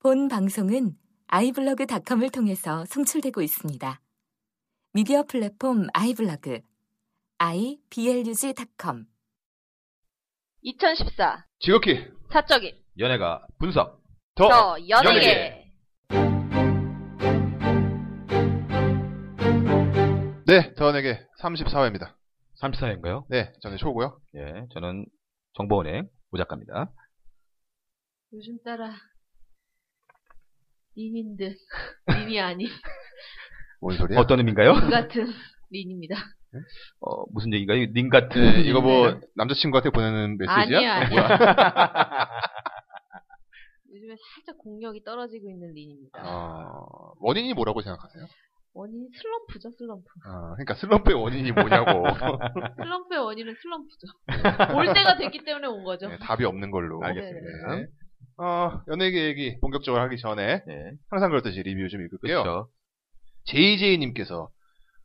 본 방송은 아이블로그닷컴을 통해서 송출되고 있습니다. 미디어 플랫폼 아이블로그 iblog.com 2014 지극히 사적인 연예가 분석 더, 더 어, 연예계. 연예계 네, 더 연예계 34회입니다. 34회인가요? 네, 저는 쇼고요. 예, 저는 정보은행 오작가입니다. 요즘 따라 린인 듯 린이 아닌 뭔 소리야? 어떤 의미인가요? 그 같은 린입니다. 어, 무슨 얘기인가요? 님 같은. 네, 이거 뭐 남자친구한테 보내는 메시지야? 네. 아니야, 아니야. 뭐야? 요즘에 살짝 공력이 떨어지고 있는 린입니다. 어, 원인이 뭐라고 생각하세요? 원인 슬럼프죠, 슬럼프. 아, 그러니까 슬럼프의 원인이 뭐냐고 슬럼프의 원인은 슬럼프죠. 올 때가 됐기 때문에 온 거죠. 네, 답이 없는 걸로. 알겠습니다. 네. 어, 연예계 얘기 본격적으로 하기 전에 네, 항상 그렇듯이 리뷰 좀 읽을게요. 그렇죠. JJ님께서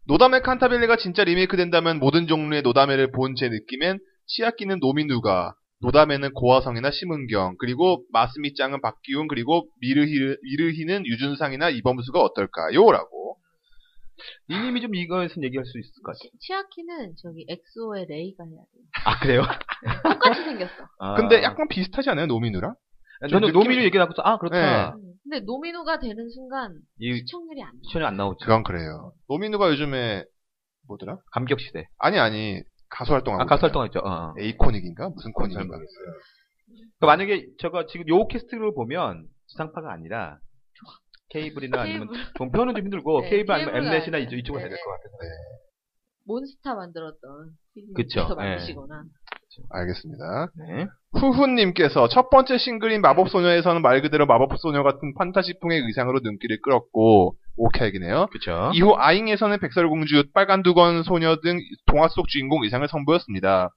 노담의 칸타벨레가 진짜 리메이크 된다면 모든 종류의 노담회를 본 제 느낌엔 치아끼는 노미누가 노담회는 고화성이나 심은경 그리고 마스미짱은 박기훈 그리고 미르히, 미르히는 유준상이나 이범수가 어떨까요? 라고 님이 좀 이것은 얘기할 수 있을 것 같아요. 치아키는 저기 엑소의 레이가 해야 돼요. 아, 그래요? 똑같이 생겼어. 아, 근데 약간 비슷하지 않아요? 노미누랑? 저는 좀 노미를 느낌- 얘기 나고서, 아, 그렇다. 음. 근데 노미노가 되는 순간 이 시청률이 안 나와. 시청이 안 나오죠. 그건 그래요 노미누가 요즘에 뭐더라? 감격시대. 아니 아니 가수 활동하고 아, 가수 있잖아요. 활동했죠. 어. 에이코닉인가? 무슨 잘 코닉인가? 모르겠어요. 그러니까 만약에 제가 지금 요 캐스트를 보면 지상파가 아니라 케이블이나 아니면 케이블. 종편은 좀 힘들고 네, 케이블 아니면 케이블은 엠넷이나 아니에요. 이쪽, 이쪽으로 해야 네. 될 것 같아요. 몬스타 만들었던 그쵸, 몬스터 예. 만드시거나 알겠습니다 네. 후후님께서 첫 번째 싱글인 마법소녀에서는 말 그대로 마법소녀 같은 판타지풍의 의상으로 눈길을 끌었고, 오케이이네요 그쵸. 이후 아잉에서는 백설공주, 빨간 두건 소녀 등 동화 속 주인공 의상을 선보였습니다.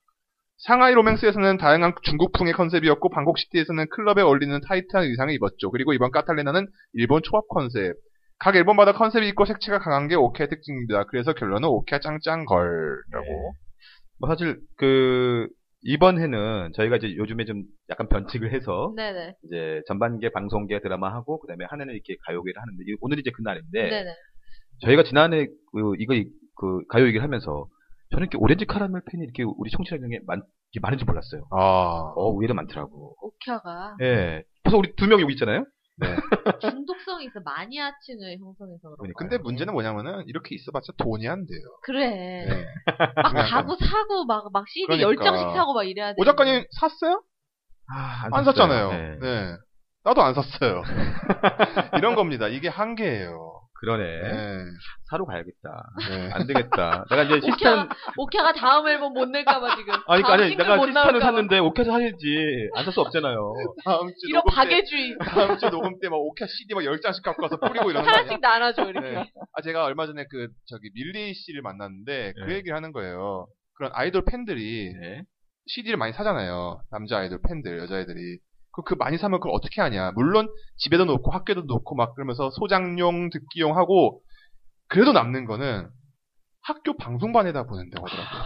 상하이 로맨스에서는 다양한 중국풍의 컨셉이었고, 방콕시티에서는 클럽에 어울리는 타이트한 의상을 입었죠. 그리고 이번 카탈리나는 일본 초밥 컨셉. 각 앨범마다 컨셉이 있고 색채가 강한 게 오케이 특징입니다. 그래서 결론은 오케이 짱짱걸이라고. 뭐 사실 그 이번 해는 저희가 이제 요즘에 좀 약간 변칙을 해서 네네 이제 전반기에 방송계 드라마 하고 그다음에 한 해는 이렇게 가요계를 하는데 이- 오늘이 이제 그날인데 네네 저희가 지난해 그 이거 이- 그 가요 얘기를 하면서 저는 이렇게 오렌지 카라멜 팬이 이렇게 우리 청취자 중에 많 이렇게 많은지 몰랐어요. 아, 어 의외로 많더라고. 오키아가 예. 그래서 우리 두 명 여기 있잖아요. 중독성이 있어 마니아층을 형성해서 그런 그러니까요. 거 근데 문제는 뭐냐면은 이렇게 있어봤자 돈이 안 돼요. 그래 네. 막 중요한 가고 사고 막, 막 CD 그러니까. 10장씩 사고 막 이래야 어, 돼. 오 작가님 샀어요? 아, 안 샀잖아요. 예. 네. 나도 안 샀어요. 이런 겁니다. 이게 한계예요. 그러네. 네. 사러 가야겠다. 네. 안 되겠다. 내가 이제 시스템 오키아가, 오키아가 다음 앨범 못 낼까봐 지금. 아니 다음 아니 싱글 내가 못 시스템을 나올까봐. 샀는데 오케이 사야지. 안 살 수 없잖아요. 다음 주 이런 녹음 때, 박애주의. 다음 주 녹음 때 막 오케 CD 막 10장씩 갖고 가서 뿌리고 네. 이러는 거 아니야? 하나씩 나눠줘, 이렇게. 네. 아, 제가 얼마 전에 그 저기 밀리 씨를 만났는데 그 네. 얘기를 하는 거예요. 그런 아이돌 팬들이 네. CD를 많이 사잖아요. 남자 아이돌 팬들, 여자애들이. 그, 그 많이 사면 그걸 어떻게 하냐. 물론 집에도 놓고 학교도 놓고 막 그러면서 소장용, 듣기용 하고 그래도 남는 거는 학교 방송반에다 보낸다고 하더라고요.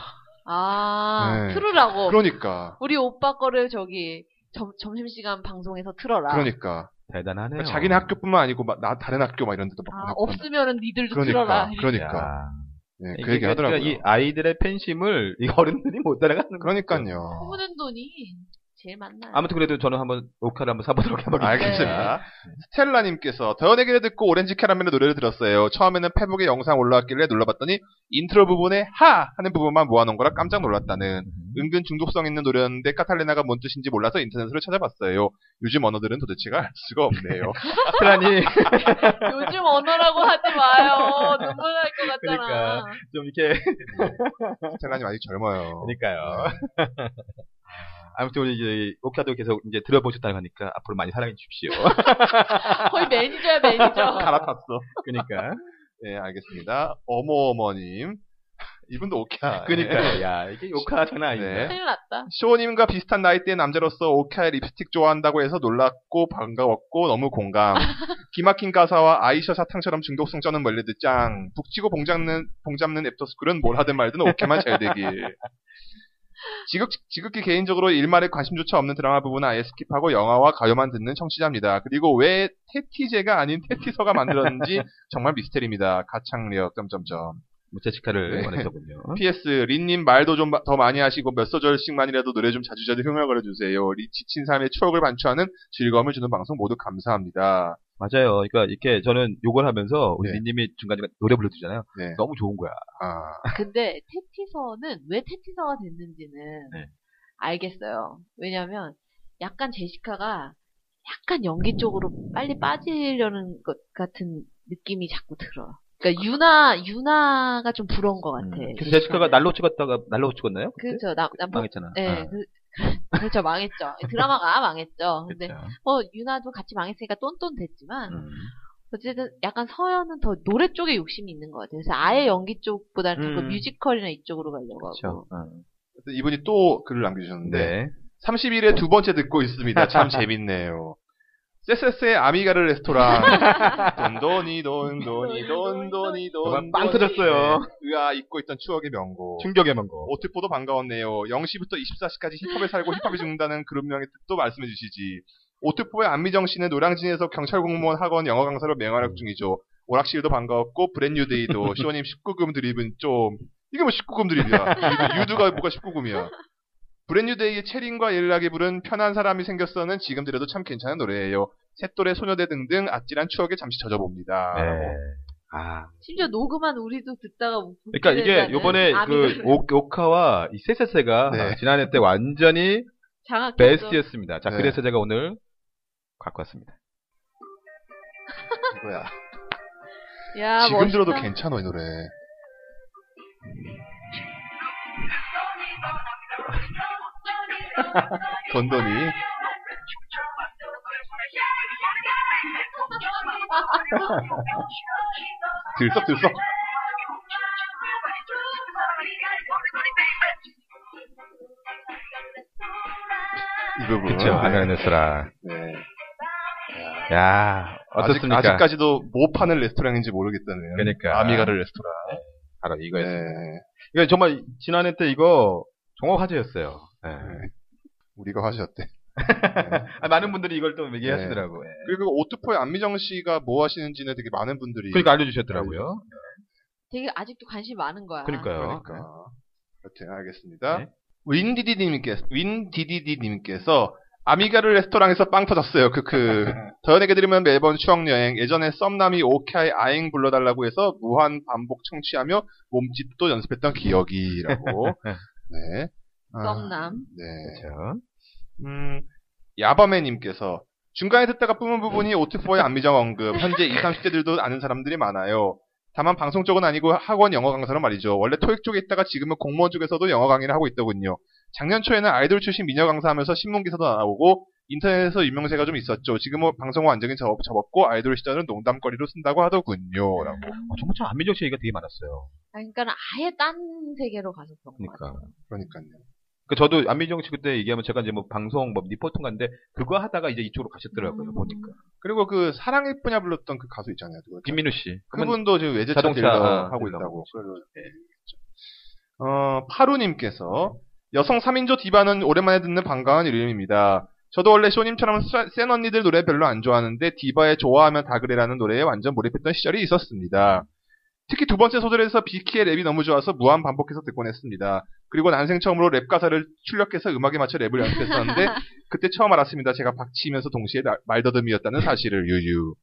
아, 네. 틀으라고. 그러니까. 우리 오빠 거를 저기, 점, 점심시간 방송에서 틀어라. 그러니까. 대단하네요. 그러니까 자기네 학교뿐만 아니고 막 나 다른 학교 막 이런 데도 막 아, 보내고 그런다. 없으면은 니들도 그러니까. 틀어라. 그러니까. 야. 네, 그 이게 얘기 하더라고요. 그러니까 이 아이들의 팬심을 이 어른들이 못 따라가는 거예요. 그러니까요. 부는 돈이 제일 많나요? 아무튼 그래도 저는 한번 오카를 한번 사보도록 해보겠습니다. 알겠습니다. 스텔라님께서 더연예기를 듣고 오렌지 캐러멜의 노래를 들었어요. 처음에는 페북에 영상 올라왔길래 눌러봤더니 인트로 부분에 하! 하는 부분만 모아놓은 거라 깜짝 놀랐다는 음. 은근 중독성 있는 노래였는데 카탈레나가 뭔 뜻인지 몰라서 인터넷으로 찾아봤어요. 요즘 언어들은 도대체가 알 수가 없네요. 스텔라님 요즘 언어라고 하지 마요. 눈물 날 것 같잖아. 그러니까. 좀 이렇게 스텔라님 아직 젊어요. 그러니까요. 네. 아무튼 우리 이제 오카도 계속 이제 들어보셨다고 하니까 앞으로 많이 사랑해 주십시오. 거의 매니저야, 매니저. 갈아탔어. 그러니까 네, 알겠습니다. 어머어머님. 이분도 오케아. 그러니까 야 이게 오카 장난 아닌데. 네. 큰일 났다. 쇼님과 비슷한 나이대의 남자로서 오카의 립스틱 좋아한다고 해서 놀랐고 반가웠고 너무 공감. 기막힌 가사와 아이셔 사탕처럼 중독성 쩌는 멀리드 짱. 북치고 봉잡는 봉잡는 애프터스쿨은 뭘 하든 말든 오케만 잘 되길. 지극, 지극히 개인적으로 일말에 관심조차 없는 드라마 부분은 아예 스킵하고 영화와 가요만 듣는 청취자입니다. 그리고 왜 테티제가 아닌 테티서가 만들었는지 정말 미스테리입니다. 가창력, 점점점. 뭐 제시카를 네. 원했더군요. PS, 린님 말도 좀 더 많이 하시고 몇 소절씩만이라도 노래 좀 자주 자주 흥얼거려 주세요. 리 지친 삶의 추억을 반추하는 즐거움을 주는 방송 모두 감사합니다. 맞아요. 그러니까 이렇게 저는 요걸 하면서 우리 네. 님이 중간중간 노래 불러주잖아요. 네. 너무 좋은 거야. 아, 근데 테티서는 왜 테티서가 됐는지는 네. 알겠어요. 왜냐면 약간 제시카가 약간 연기 쪽으로 빨리 빠지려는 것 같은 느낌이 자꾸 들어. 그러니까 유나 유나가 좀 부러운 것 같아. 네. 음. 그래서 제시카가 날로 찍었다가 날로 찍었나요? 그때? 그렇죠. 남 남편 망했잖아. 예. 아, 그, 그렇죠. 망했죠. 드라마가 망했죠. 근데 그렇죠. 뭐 유나도 같이 망했으니까 똔똔 됐지만 음. 어쨌든 약간 서연은 더 노래 쪽에 욕심이 있는 것 같아요. 그래서 아예 연기 쪽보다는 자꾸 음. 뮤지컬이나 이쪽으로 가려고 하고. 그렇죠. 음. 하여튼 이분이 또 글을 남겨주셨는데 네. 30일에 두 번째 듣고 있습니다. 참 재밌네요. 세세스의 아미가르 레스토랑. 돈돈이 돈돈이 돈돈이 정말 돈. 빵 터졌어요. 으아 잊고 있던 추억의 명곡. 충격의 망고. 오트포도 반가웠네요. 0시부터 24시까지 힙합에 살고 힙합이 죽는다는 그룹명의 뜻도 말씀해 주시지. 오트포의 안미정 씨는 노량진에서 경찰 공무원 학원 영어 강사로 맹활약 중이죠. 오락실도 반가웠고 브랜뉴데이도 쇼님 19금 드립은 좀 이게 뭐 19금 드립이야. 유두가 뭐가 19금이야. 브랜뉴데이의 체린과 예릴하게 부른 편한 사람이 생겼어는 지금 들어도 참 괜찮은 노래예요. 새또래 소녀대 등등 아찔한 추억에 잠시 젖어봅니다. 네. 아, 심지어 녹음한 우리도 듣다가 웃게 그러니까 이게 된다는 요번에 그 아미가 오, 요카와 이 세세세가 네. 지난해 때 완전히 장악했죠. 베스트였습니다. 자, 네. 그래서 제가 오늘 갖고 왔습니다. 이거야. 야, 지금 멋있다. 들어도 괜찮아 이 노래. 돈돈이 들썩들썩 이 부분. 그쵸, 음, 네. 아나네스라. 네. 야, 어떻습니까? 아직, 까지도뭐 파는 레스토랑인지 모르겠다네요. 그러니까. 아미가르 레스토랑. 바로 이거였어요. 네. 이거 정말 지난해 때 이거 정말 화제였어요. 예. 네. 우리가 하셨대. 네. 아, 많은 분들이 이걸 또 얘기하시더라고요. 예. 그리고 오트포의 안미정 씨가 뭐 하시는지는 되게 많은 분들이. 그러니까 알려주셨더라고요. 되게 아직도 관심이 많은 거야. 그러니까요. 그러니까. 네. 여튼 알겠습니다. 네. 윈디디님께서 윈디디디님께서 아미가르 레스토랑에서 빵 터졌어요. 네. 그 크크. 더 연에게드리면 매번 추억 여행. 예전에 썸남이 오케이 아잉 불러달라고 해서 무한 반복 청취하며 몸짓도 연습했던 기억이라고. 네. 아, 썸남. 네. 그렇죠. 음, 야밤에님께서 중간에 듣다가 뿜은 부분이 오트포의 안미정 언급. 현재 20, 30대들도 아는 사람들이 많아요. 다만 방송 쪽은 아니고 학원 영어 강사로 말이죠. 원래 토익 쪽에 있다가 지금은 공무원 쪽에서도 영어 강의를 하고 있더군요. 작년 초에는 아이돌 출신 미녀 강사하면서 신문 기사도 나오고 인터넷에서 유명세가 좀 있었죠. 지금은 방송 완전히 접, 접었고 아이돌 시절은 농담거리로 쓴다고 하더군요. 라고. 어, 정말 참 안민정 씨 얘기가 되게 많았어요. 그러니까 아예 딴 세계로 가서 그런 거 그러니까. 그러니까요. 그 저도 안민정 씨 그때 얘기하면 제가 이제 뭐 방송 뭐 니포통 갔는데 그거 하다가 이제 이쪽으로 가셨더라고요 음. 보니까 그리고 그 사랑의 뿐야 불렀던 그 가수 있잖아요. 누구였죠? 김민우 씨 그분 그분도 지금 외제차 자동차, 딜러 아, 하고 딜러. 있다고. 그래서, 예, 그렇죠. 어, 파루님께서 여성 3인조 디바는 오랜만에 듣는 반가운 이름입니다. 저도 원래 쇼님처럼 쎄- 센 언니들 노래 별로 안 좋아하는데 디바의 좋아하면 다 그래라는 노래에 완전 몰입했던 시절이 있었습니다. 특히 두 번째 소절에서 비키의 랩이 너무 좋아서 무한 반복해서 듣곤 했습니다. 그리고 난생 처음으로 랩 가사를 출력해서 음악에 맞춰 랩을 연습했었는데 그때 처음 알았습니다. 제가 박치면서 동시에 나- 말더듬이었다는 사실을 유유.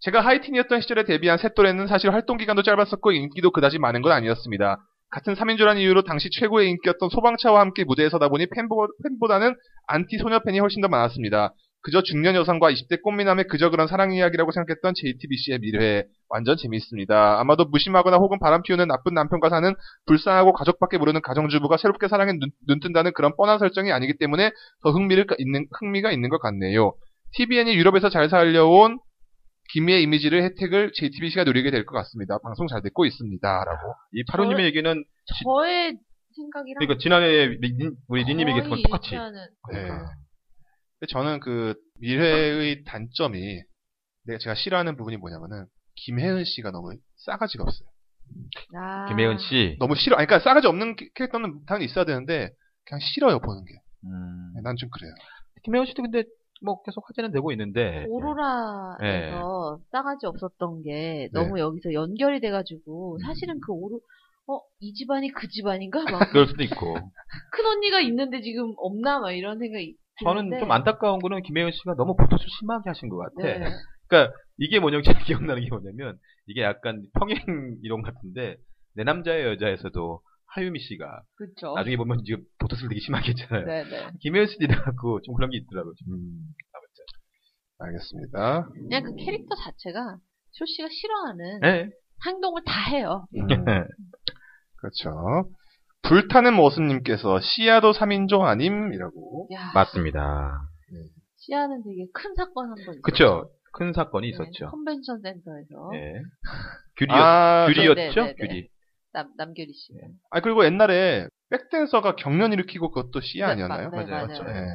제가 하이틴이었던 시절에 데뷔한 셋돌에는 사실 활동 기간도 짧았었고 인기도 그다지 많은 건 아니었습니다. 같은 3인조라는 이유로 당시 최고의 인기였던 소방차와 함께 무대에 서다 보니 팬보, 다는 안티 소녀 팬이 훨씬 더 많았습니다. 그저 중년 여성과 20대 꽃미남의 그저 그런 사랑 이야기라고 생각했던 JTBC의 미래 완전 재미있습니다. 아마도 무심하거나 혹은 바람 피우는 나쁜 남편과 사는 불쌍하고 가족밖에 모르는 가정주부가 새롭게 사랑에 눈, 눈 뜬다는 그런 뻔한 설정이 아니기 때문에 더 흥미를 가- 있는 흥미가 있는 것 같네요. TVN이 유럽에서 잘 살려온 김희의 이미지를 혜택을 JTBC가 누리게 될 것 같습니다. 방송 잘 듣고 있습니다라고. 이 파로님의 얘기는 저의 생각이랑 그러니까 지난해 리- 린- 우리 니님 얘기 그건 거의 똑같이 일치하는- 네. 근데 저는 그 미래의 단점이 내가 제가 싫어하는 부분이 뭐냐면은 김혜은 씨가 너무 싸가지가 없어요. 아. 김혜은 씨 너무 싫어. 아니, 그러니까 싸가지 없는 캐- 캐릭터는 당연히 있어야 되는데 그냥 싫어요 보는 게. 네, 음. 난 좀 그래요. 김혜원 씨도 근데 뭐 계속 화제는 되고 있는데. 오로라에서 네. 싸가지 없었던 게 너무 여기서 연결이 음. 돼가지고 사실은 그 오로 어 이 집안이 그 집안인가 막큰 그럴 수도 있고. 네, 언니가 있는데 지금 없나 막 이런 생각이 저는 드는데. 좀 안타까운 거는 김혜원 씨가 너무 보토스 심하게 하신 것 같아. 네. 이게 뭐냐면 제가 기억나는 게 뭐냐면 이게 약간 평행 이론 같은데 내 남자의 여자에서도 하유미 씨가 그렇죠. 나중에 보면 이제 보토스를 되게 심하게 했잖아요. 네네. 김혜연 씨도 나고 좀 그런 게 있더라고요. 좀. 음. 아무튼. 알겠습니다. 그냥 그 캐릭터 자체가 쇼 씨가 싫어하는 네. 행동을 다 해요. 음. 그렇죠. 불타는 모습님께서 씨야도 3인조 아님이라고. 야, 맞습니다. 시아는 되게 큰 사건 한 번. 그쵸. 큰 사건이 있었죠. 그렇죠. 네, 있었죠. 컨벤션. 컨벤션 센터에서 네. 규리였, 아, 저- 규리였죠? 네, 네, 네. 규리. 남 남규리 씨. 네. 아, 그리고 옛날에 백댄서가 경련 일으키고 그것도 씨야 아니었나요? 네, 맞아요. 맞아요. 맞아요. 네.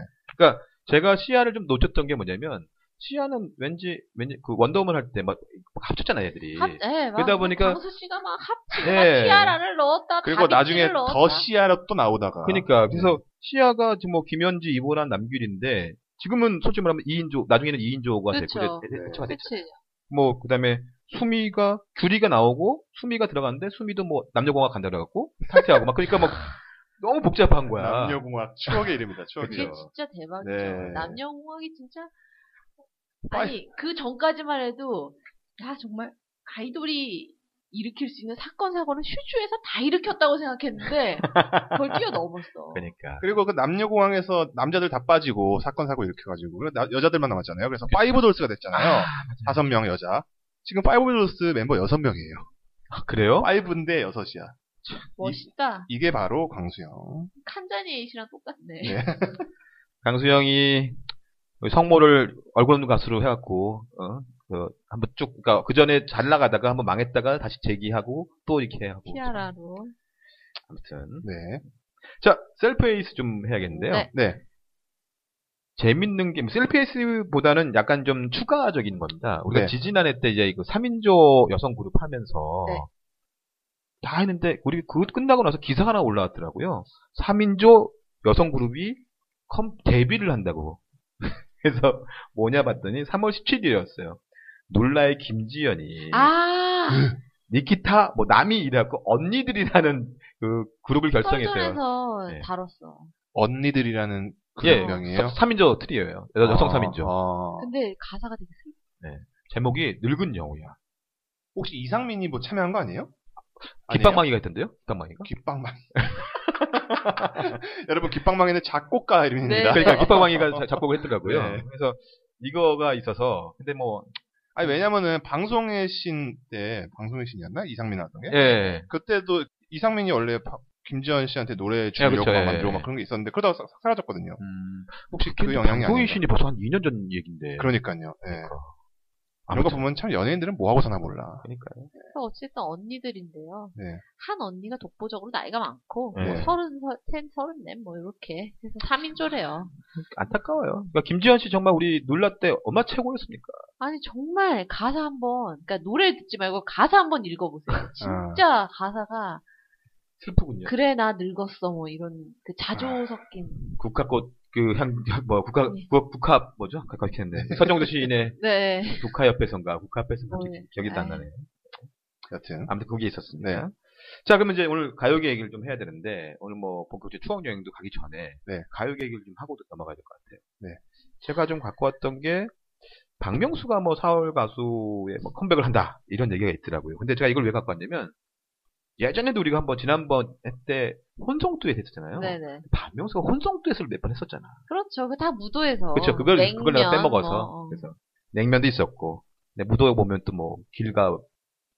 제가 시아를 좀 놓쳤던 게 뭐냐면 시아는 왠지 왠지 그 원더우먼 할 때 막 합쳤잖아요, 애들이. 네. 합, 예, 막 그러다 뭐 보니까- 강수 씨가 막 합치고 네. 티아라를 넣었다. 그리고 나중에 다비치를 더 넣었다. 씨야로 또 나오다가. 그러니까 네. 그래서 시아가 지금 뭐 김현지, 이보란, 남규리인데 지금은 솔직히 말하면 2인조, 나중에는 2인조가 그쵸. 됐고 그렇죠. 대처가 그렇죠. 됐죠. 그치. 뭐 그다음에 수미가 규리가 나오고 수미가 들어갔는데 수미도 뭐 남녀공학 간다 그래갖고 탈퇴하고 막 그러니까 막 너무 복잡한 거야. 남녀공학 추억의 이름이다. 추억의 그게 이름. 그쵸. 진짜 대박이죠. 네. 남녀공학이 진짜 아니 그 전까지만 해도 야 정말 아이돌이 일으킬 수 있는 사건 사고는 슈슈에서 다 일으켰다고 생각했는데 그걸 뛰어넘었어. 그러니까 그리고 그 남녀공항에서 남자들 다 빠지고 사건 사고 일으켜가지고 그래서 나- 여자들만 남았잖아요. 그래서 파이브돌스가 됐잖아요. 다섯 명 여자. 지금 파이브돌스 멤버 여섯 명이에요. 아, 그래요? 파이브인데 여섯이야. 멋있다. 이게 바로 광수형. 칸자니 씨랑 똑같네. 네. 강수영이 성모를 얼굴 없는 가수로 해갖고 어? 그 한번 쭉 그러니까 그 전에 잘 나가다가 한번 망했다가 다시 재기하고 또 이렇게 하고 티아라로. 네. 아무튼 네. 자 셀프에이스 좀 해야겠는데요. 네. 네. 재밌는 게 셀프에이스보다는 약간 좀 추가적인 겁니다. 우리가 네. 지지난해 때 이제 이거 3인조 여성 그룹 하면서 네. 다 했는데 우리 그 끝나고 나서 기사 하나 올라왔더라고요. 3인조 여성 그룹이 컴 데뷔를 한다고. 그래서 뭐냐 봤더니 3월 17일이었어요. 놀라의 김지연이 아 니키타 뭐 남이라고 언니들이라는 그 그룹을 결성했어요. 썰전에서 네. 다뤘어. 다뤘어. 언니들이라는 예, 그룹명이에요. 3인조 트리오예요. 여- 여성 3인조. 아, 아. 근데 가사가 되게 슬. 제목이 늙은 여우야. 혹시 이상민이 뭐 참여한 거 아니에요? 귓방망이가 있던데요? 귓방망이가? 귓방망. 여러분 귓방망이는 작곡가 네. 이름입니다. 그러니까 귓방망이가 자- 작곡을 했더라고요. 네. 그래서 이거가 있어서 근데 뭐 아니 왜냐면은 방송의 신 때 방송의 신이었나 이상민 나왔던 게 예. 그때도 이상민이 원래 바- 김지현 씨한테 노래 예, 주려고 그쵸, 예, 막 만들고 막 예. 그런 게 있었는데 그러다가 싹, 싹 사라졌거든요. 음, 혹시 그 영향이 방송인 아닌가. 신이 벌써 한 2년 전 얘긴데. 그러니까요. 예. 이런 거 아무튼 보면 참 연예인들은 뭐 하고 사나 몰라. 그러니까요. 어쨌든 언니들인데요. 네. 한 언니가 독보적으로 나이가 많고 네. 뭐 서른 서- 셋, 서른 넷뭐 이렇게 그래서 3인조래요. 안타까워요. 그러니까 김지현 씨 정말 우리 놀라 때 얼마 최고였습니까? 아니 정말 가사 한번 그러니까 노래 듣지 말고 가사 한번 아. 읽어보세요. 진짜 가사가 슬프군요. 그래 나 늙었어 뭐 이런 그 자조 아. 섞인 국화꽃 그향뭐 국화 네. 국- 국화 뭐죠? 가깝게 했네. 서정도 시인의 네 국화 옆에선가 국화 앞에선가 네. 기억이 안 나네. 여튼 아무튼 그게 있었습니다. 네. 자, 그러면 이제 오늘 가요계 얘기를 좀 해야 되는데, 오늘 뭐 본격적인 추억 여행도 가기 전에, 네. 가요계 얘기를 좀 하고 넘어가야 될 것 같아요. 네. 제가 좀 갖고 왔던 게, 박명수가 뭐 4월 가수에 뭐 컴백을 한다, 이런 얘기가 있더라고요. 근데 제가 이걸 왜 갖고 왔냐면, 예전에도 우리가 한번 지난번 했때 혼성듀엣 했었잖아요. 네네 박명수가 혼성듀엣을 몇 번 했었잖아. 그렇죠 그 다 무도에서 그렇죠. 그걸 그걸 내가 냉면, 빼먹어서 뭐, 어. 그래서 냉면도 있었고 근데 무도에 보면 또 뭐 길과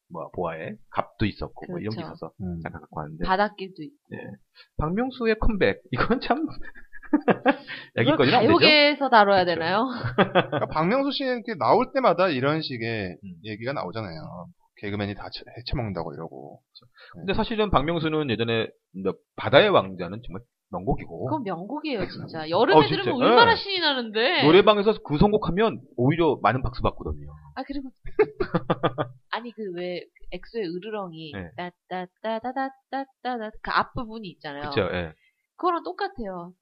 뭐 보아에 갑도 있었고 뭐 이런 게 그렇죠. 있어서 음. 잠깐 갖고 왔는데 바닷길도 있고 박명수의 컴백 이건 참 이걸 얘기거리는 안 되죠. 가요계에서 다뤄야 아, 그렇죠. 되나요? 그러니까 박명수 씨는 이렇게 나올 때마다 이런 식의 음. 얘기가 나오잖아요. 개그맨이 다 처- 해쳐먹는다고 이러고. 근데 사실은 박명수는 예전에 뭐 바다의 왕자는 정말 명곡이고 그건 명곡이에요 진짜 여름에 어, 진짜. 들으면 얼마나 예. 신이 나는데 노래방에서 그 선곡하면 오히려 많은 박수 받거든요. 아 그리고 아니 그 왜 엑소의 으르렁이 네. 따따따따따따따 그 앞부분이 있잖아요. 그렇죠. 예. 그거랑 똑같아요.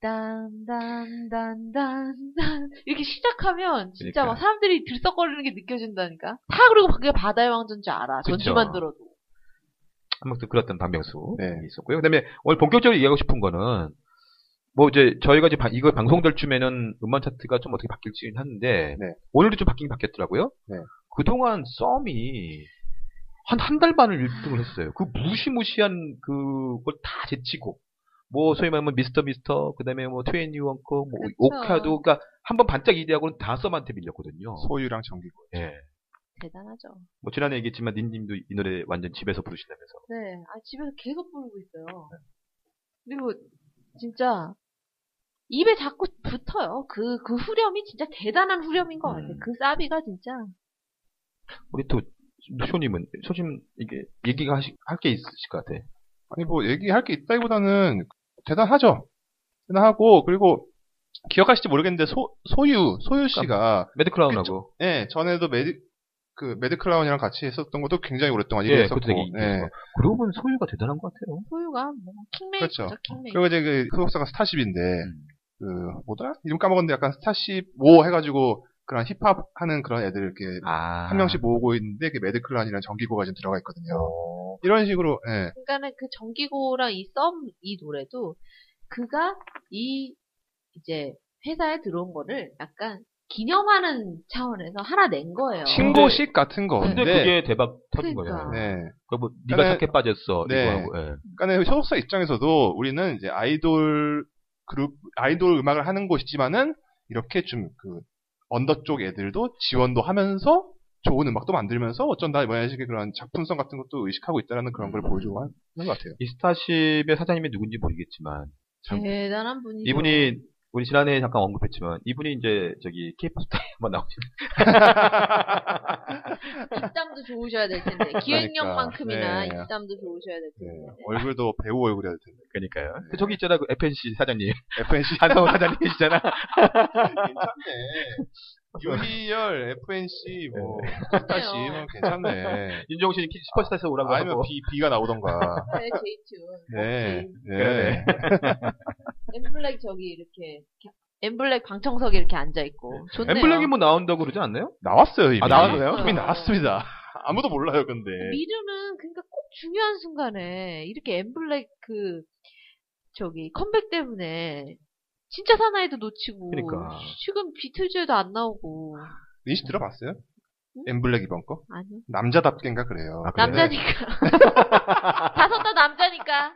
딴딴딴딴딴 이렇게 시작하면 진짜 막 그러니까. 사람들이 들썩거리는 게 느껴진다니까. 다 그리고 그게 바다의 왕전인 줄 알아. 그쵸. 전주만 들어도. 아무튼 그랬던 박명수 네. 있었고요. 그다음에 오늘 본격적으로 얘기하고 싶은 거는 뭐 이제 저희가 이제 바- 이거 방송될 쯤에는 음반 차트가 좀 어떻게 바뀔지 하는데 네. 오늘도 좀 바뀌긴 바뀌었더라고요. 네. 그동안 썸이 한 한 달 반을 1등을 했어요. 그 무시무시한 그걸 다 제치고 뭐 소위 말하면 미스터 미스터 그다음에 뭐 트웬티 원코 뭐 그쵸. 오카도 그러니까 한 번 반짝 1위하고는 다 썸한테 밀렸거든요. 소유랑 정기고. 예. 대단하죠. 뭐 지난해 얘기했지만 닌님도 이 노래 완전 집에서 부르신다면서. 네. 아, 집에서 계속 부르고 있어요. 그리고 진짜 입에 자꾸 붙어요. 그, 그 후렴이 진짜 대단한 후렴인 것 같아요. 음. 그 사비가 진짜. 우리 또 쇼님은 쇼님 이게 얘기가 할 게 있으실 것 같아. 아니 뭐 얘기할 게 있다기보다는 대단하죠. 대단하고 그리고 기억하실지 모르겠는데 소 소유 소유 그러니까 씨가 매드크라운하고 예 전에도 매드 그 매드 클라운이랑 같이 했었던 것도 굉장히 오랫동안 예, 얘기했었고 그것도 얘기- 예. 그러고 보면 소유가 대단한 것 같아요. 소유가 뭐, 킹메이커죠, 그렇죠. 킹메이커. 그리고 이제 그 소속사가 스타쉽인데 음. 그 뭐더라 이름 까먹었는데 약간 스타쉽 모 해가지고 그런 힙합 하는 그런 애들 이렇게 아. 한 명씩 모으고 있는데 그 매드 클라운이랑 정기고가 지금 들어가 있거든요. 어. 이런 식으로 예. 그러니까는 그 정기고랑 이 썸 이 노래도 그가 이 이제 회사에 들어온 거를 약간 기념하는 차원에서 하나 낸 거예요. 신고식 같은 거. 아, 근데 그게 대박 터진 그러니까. 거잖아요. 뭐. 네. 그거 뭐 네가 그러니까- 착해 빠졌어 네. 이거하고. 예. 그러니까 소속사 입장에서도 우리는 이제 아이돌 그룹 아이돌 음악을 하는 곳이지만은 이렇게 좀 그 언더 쪽 애들도 지원도 하면서 좋은 음악도 만들면서 어쩐다 뭐 이번에 식의 그런 작품성 같은 것도 의식하고 있다라는 그런 걸 보여주고 하는 것 같아요. 이스타십의 사장님이 누군지 모르겠지만 네. 참 대단한 분이죠. 이분이 우리 지난해 잠깐 언급했지만 이분이 이제 저기 케이팝 스타에만 나오시는 입담도 좋으셔야 될 텐데 그러니까. 기획력만큼이나 네. 입담도 좋으셔야 될 텐데. 네. 얼굴도 배우 얼굴이야 될 텐데. 거니까요. 근데 저기 있잖아 그 FNC 사장님 FNC 한성호 사장님이시잖아. 괜찮네. 유희열 FNC 뭐 다시 그러네요. 괜찮네. 윤종신 슈퍼스타에서 오라고 아니면 뭐 하고. B B가 나오던가. 네, 제이튠. 네. 네. 그러네. 엠블랙 저기 이렇게 이렇게 엠블랙 방청석에 이렇게 앉아 있고 좋네요. 엠블랙이 뭐 나온다고 그러지 않나요? 나왔어요 이미. 아, 나왔어요? 이미 나왔습니다. 아무도 몰라요 근데. 예. 미르는 그러니까 꼭 중요한 순간에 이렇게 엠블랙 그 저기 컴백 때문에 진짜 사나이도 놓치고 그러니까. 지금 비틀즈에도 안 나오고 리시 들어봤어요? 응? 엠블랙 이번 거? 아니 남자답게인가 그래요. 아, 그래요? 네. 남자니까 다섯 다 남자니까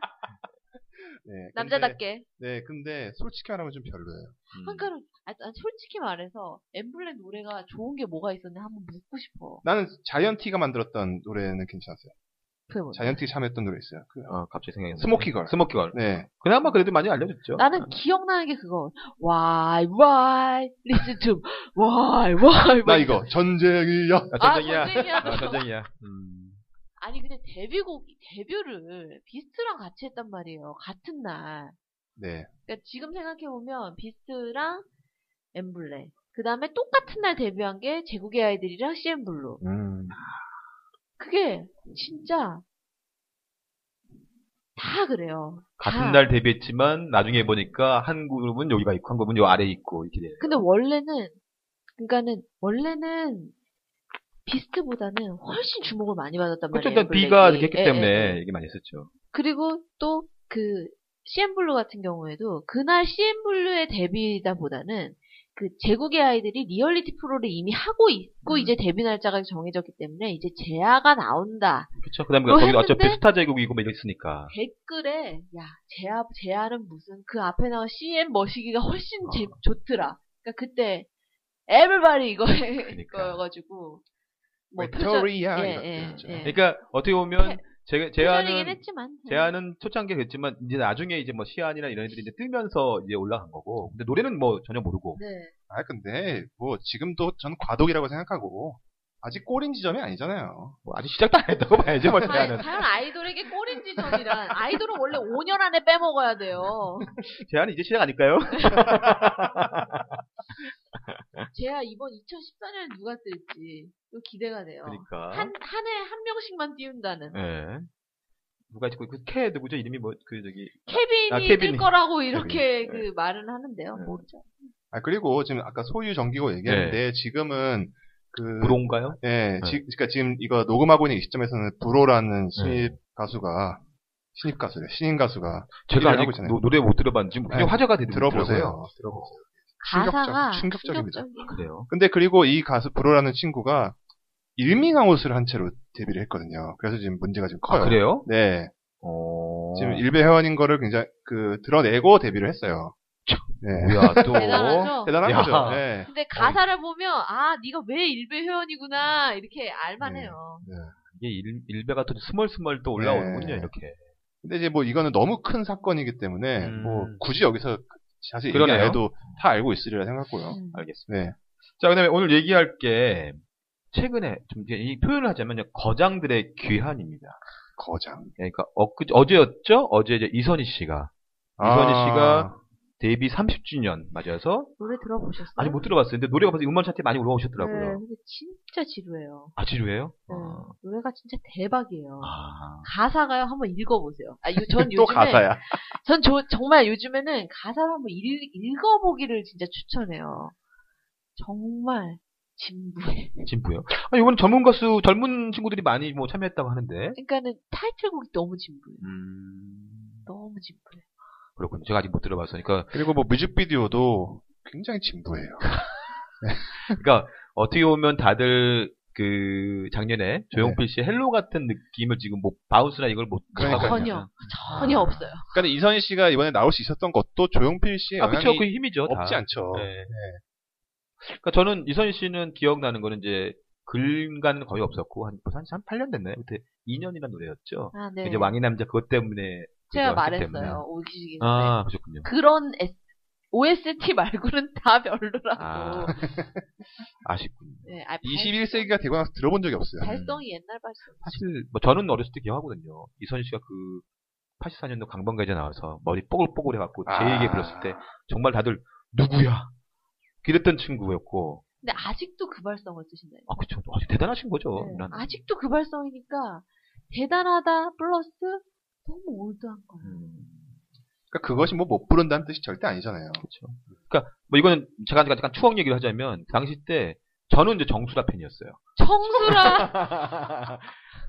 근데- 남자답게 네, 근데 솔직히 말하면 좀 별로예요. 한가로 아, 난 솔직히 말해서 엠블랙 노래가 좋은 게 뭐가 있었나 한번 묻고 싶어. 나는 자이언티가 만들었던 노래는 괜찮았어요. 그게 뭐지? 자이언티가 참여했던 노래 있어요. 그- 어, 갑자기 생각이 안 나네. 스모키걸. 스모키걸. 네. 그나마 그래도 많이 알려줬죠. 나는 기억나는 게 그거. Why, why, listen to, why, why, 나 why. 이거 전쟁이야. 아, 아, 전쟁이야. 아, 전쟁이야. 음. 아니, 근데 데뷔곡, 데뷔를 비스트랑 같이 했단 말이에요. 같은 날. 네. 그러니까 지금 생각해보면 비스트랑 엠블레. 그 다음에 똑같은 날 데뷔한 게 제국의 아이들이랑 CM블루. 음. 그게 진짜 다 그래요. 같은 다. 날 데뷔했지만 나중에 보니까 한 그룹은 여기가 있고 한 그룹은 요 아래 있고 이렇게 돼요. 근데 원래는 그러니까는 원래는 비스트보다는 훨씬 주목을 많이 받았단 그쵸, 말이에요. 일단 B가 음. 블랙이. 이렇게 했기 예, 예, 때문에 예. 얘기 많이 했었죠. 그리고 또 그 CN블루 같은 경우에도 그날 CN블루의 데뷔다보다는 그 제국의 아이들이 리얼리티 프로를 이미 하고 있고 음. 이제 데뷔 날짜가 정해졌기 때문에 이제 제아가 나온다. 그쵸. 그 다음에 그거 거기도 어차피 했는데? 스타 제국이고 막 이랬으니까. 댓글에 야 제아 제아는 무슨 그 앞에 나온 CN 머시기가 훨씬 제- 좋더라. 그러니까 그때 everybody 이거 이거여가지고 뭐 그러니까. 표절 빅토리아 예, 이거. 예, 그렇죠. 예. 그러니까 어떻게 보면 네. 제, 표절이긴 제안은 했지만 네. 제안은 초창기였지만 이제 나중에 이제 뭐 시안이나 이런 애들이 이제 뜨면서 이제 올라간 거고. 근데 노래는 뭐 전혀 모르고. 네. 아, 근데 뭐 지금도 전 과도기라고 생각하고 아직 꼴인 지점이 아니잖아요. 뭐 아직 시작도 안 했다고 봐야지 아, 뭐 제안은. 과연, 과연 아이돌에게 꼴인 지점이란 아이돌은 원래 5년 안에 빼먹어야 돼요. 제안이 이제 시작 아닐까요? 어. 제가 이번 2014년에 누가 뜰지 또 기대가 돼요. 그러니까. 네. 한 한 해 한 명씩만 띄운다는. 예. 누가 있고 그캐 누구죠? 이름이 뭐 그 저기 케빈이, 아, 케빈이. 뜰 거라고 이렇게 케빈. 그 말은 하는데요. 그렇죠. 네. 모르죠. 아, 그리고 지금 아까 소유 정기고 얘기했는데 네. 지금은 그 브론가요? 예, 네. 지, 그러니까 지금 이거 녹음하고 있는 이 시점에서는 브로라는 네. 신입 가수가 신입 가수래 신인 가수가 제가 얘기를 하고 아직 있잖아요. 노, 노래 못 들어봤는지 굉장히 네. 화제가 되더라고요. 들어보세요. 들어보세요. 가사가 충격적입니다. 충격적이에요. 그래요. 근데 그리고 이 가수 브로라는 친구가 일미강 옷을 한 채로 데뷔를 했거든요. 그래서 지금 문제가 좀 아, 커요. 그래요? 네. 어. 지금 일베 회원인 거를 굉장히 그 드러내고 데뷔를 했어요. 네. 뭐야 또 대단하죠? 대단한 야. 거죠. 네. 근데 가사를 보면 아 네가 왜 일베 회원이구나 이렇게 알만해요. 네. 이게 일, 일배가 또 스멀스멀 또 올라오는군요 네. 이렇게. 근데 이제 뭐 이거는 너무 큰 사건이기 때문에 음. 뭐 굳이 여기서 자세히 얘기 그러네요. 안 해도 다 알고 있으리라 생각고요. 음. 알겠습니다. 네. 자 그다음에 오늘 얘기할 게 최근에 좀 이제 이 표현을 하자면 거장들의 귀환입니다. 예, 거장. 그러니까 엊그, 어제였죠? 어제 이제 이선희 씨가 이선희 아. 씨가 데뷔 30주년 맞아서 노래 들어보셨어요? 아니 못 들어봤어요. 근데 노래가 벌써 음원 차트에 많이 올라오셨더라고요. 네, 근데 진짜 지루해요. 아 지루해요? 네, 어. 노래가 진짜 대박이에요. 아. 가사가요. 한번 읽어보세요. 아, 요- 전 또 요즘에 가사야. 전 저- 정말 요즘에는 가사를 한번 읽, 읽어보기를 진짜 추천해요. 정말 진부해. 진부요. 아 이건 젊은 가수 젊은 친구들이 많이 뭐 참여했다고 하는데. 그러니까는 타이틀곡이 너무 진부해. 음. 너무 진부해. 그렇군요. 제가 아직 못 들어봤으니까 그리고 뭐 뮤직비디오도 굉장히 진부해요. 그러니까 어떻게 보면 다들 그 작년에 조용필 씨의 헬로 같은 느낌을 지금 뭐 바운스나 이걸 못 그러니까요. 네, 전혀 전혀 아. 없어요. 그러니까 이선희 씨가 이번에 나올 수 있었던 것도 조용필 씨의 아 영향이 그렇죠. 그 힘이죠. 다. 없지 않죠. 네. 그러니까 저는 이선희 씨는 기억나는 거는 이제 글간은 거의 없었고 한 벌써 한, 한 8년 됐나요? 그때 2년이란 노래였죠. 아, 네. 이제 왕의 남자 그것 때문에 제가 그거 했기 때문에. 말했어요. 네. 오기식인데 아 그렇군요. 그런 S- OST 말고는 다 별로라고. 아. 아쉽군요. 네, 아, 발- 21세기가 되고 나서 들어본 적이 없어요. 발성이 옛날 발성. 사실 뭐 저는 어렸을 때 기억하거든요. 이선희 씨가 그 84년도 강변가제 나와서 머리 뽀글뽀글 해갖고 제에게 아. 불렀을 때 정말 다들 누구야? 그랬던 친구였고 근데 아직도 그 발성을 쓰신다니까. 아 그쵸 아주 대단하신 거죠. 네, 이런. 아직도 그 발성이니까 대단하다 플러스 너무 올드한 거예요. 음. 그러니까 그것이 뭐 못 부른다는 뜻이 절대 아니잖아요. 그렇죠. 그러니까 뭐 이거는 제가 잠깐 추억 얘기를 하자면 그 당시 때 저는 이제 정수라 팬이었어요. 청수라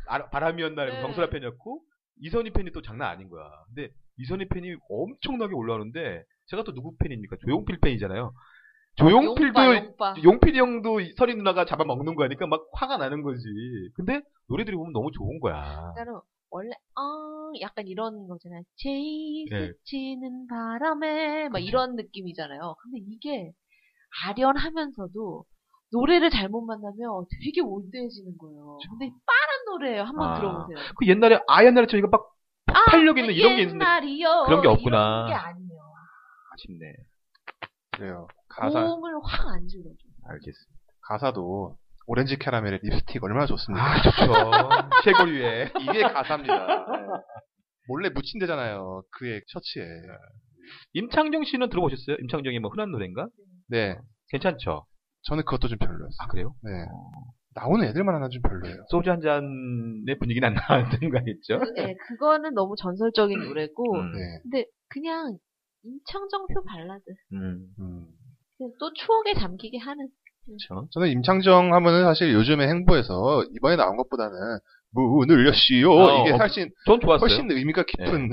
아, 바람이었나 네. 정수라 팬이었고 이선희 팬이 또 장난 아닌 거야. 근데 이선희 팬이 엄청나게 올라오는데 제가 또 누구 팬입니까? 조용필 팬이잖아요. 용빠, 조용필도 용빠. 용필이 형도 이 설이 누나가 잡아먹는 거니까 막 화가 나는 거지. 근데 노래들이 보면 너무 좋은 거야. 약간은 원래 어 약간 이런 거잖아요. 제이 네. 스치는 바람에 막 그쵸. 이런 느낌이잖아요. 근데 이게 아련하면서도 노래를 잘못 만나면 되게 올드해지는 거예요. 근데 빠른 노래예요. 한번 아, 들어보세요. 그 옛날에 아 옛날에 저 이거 막 폭발력 있는 이런 게 있는데 아, 옛날이요. 그런 게 없구나. 이런 게 아니에요. 아쉽네. 그래요. 가사 어? 공을 확 안 줄여줘. 알겠습니다. 가사도 오렌지 캐러멜의 립스틱 얼마나 좋습니까? 아 좋죠. 쇄골 위에. 이게 가사입니다. 네. 네. 몰래 묻힌대잖아요. 그의 셔츠에. 임창정 씨는 들어보셨어요? 임창정의 뭐 흔한 노래인가? 네. 괜찮죠? 저는 그것도 좀 별로였어요. 아 그래요? 네. 나오는 애들만 하나 좀 별로예요. 소주 한 잔의 분위기는 안 나는 거 아니겠죠? 그, 네, 그거는 너무 전설적인 노래고 음. 네. 근데 그냥 임창정표 발라드. 음. 음. 그냥 또 추억에 잠기게 하는. 그렇죠. 저는 임창정 하면은 사실 요즘에 행보에서 이번에 나온 것보다는 문을 여시오 어, 이게 어, 훨씬 전 좋았어요. 훨씬 의미가 깊은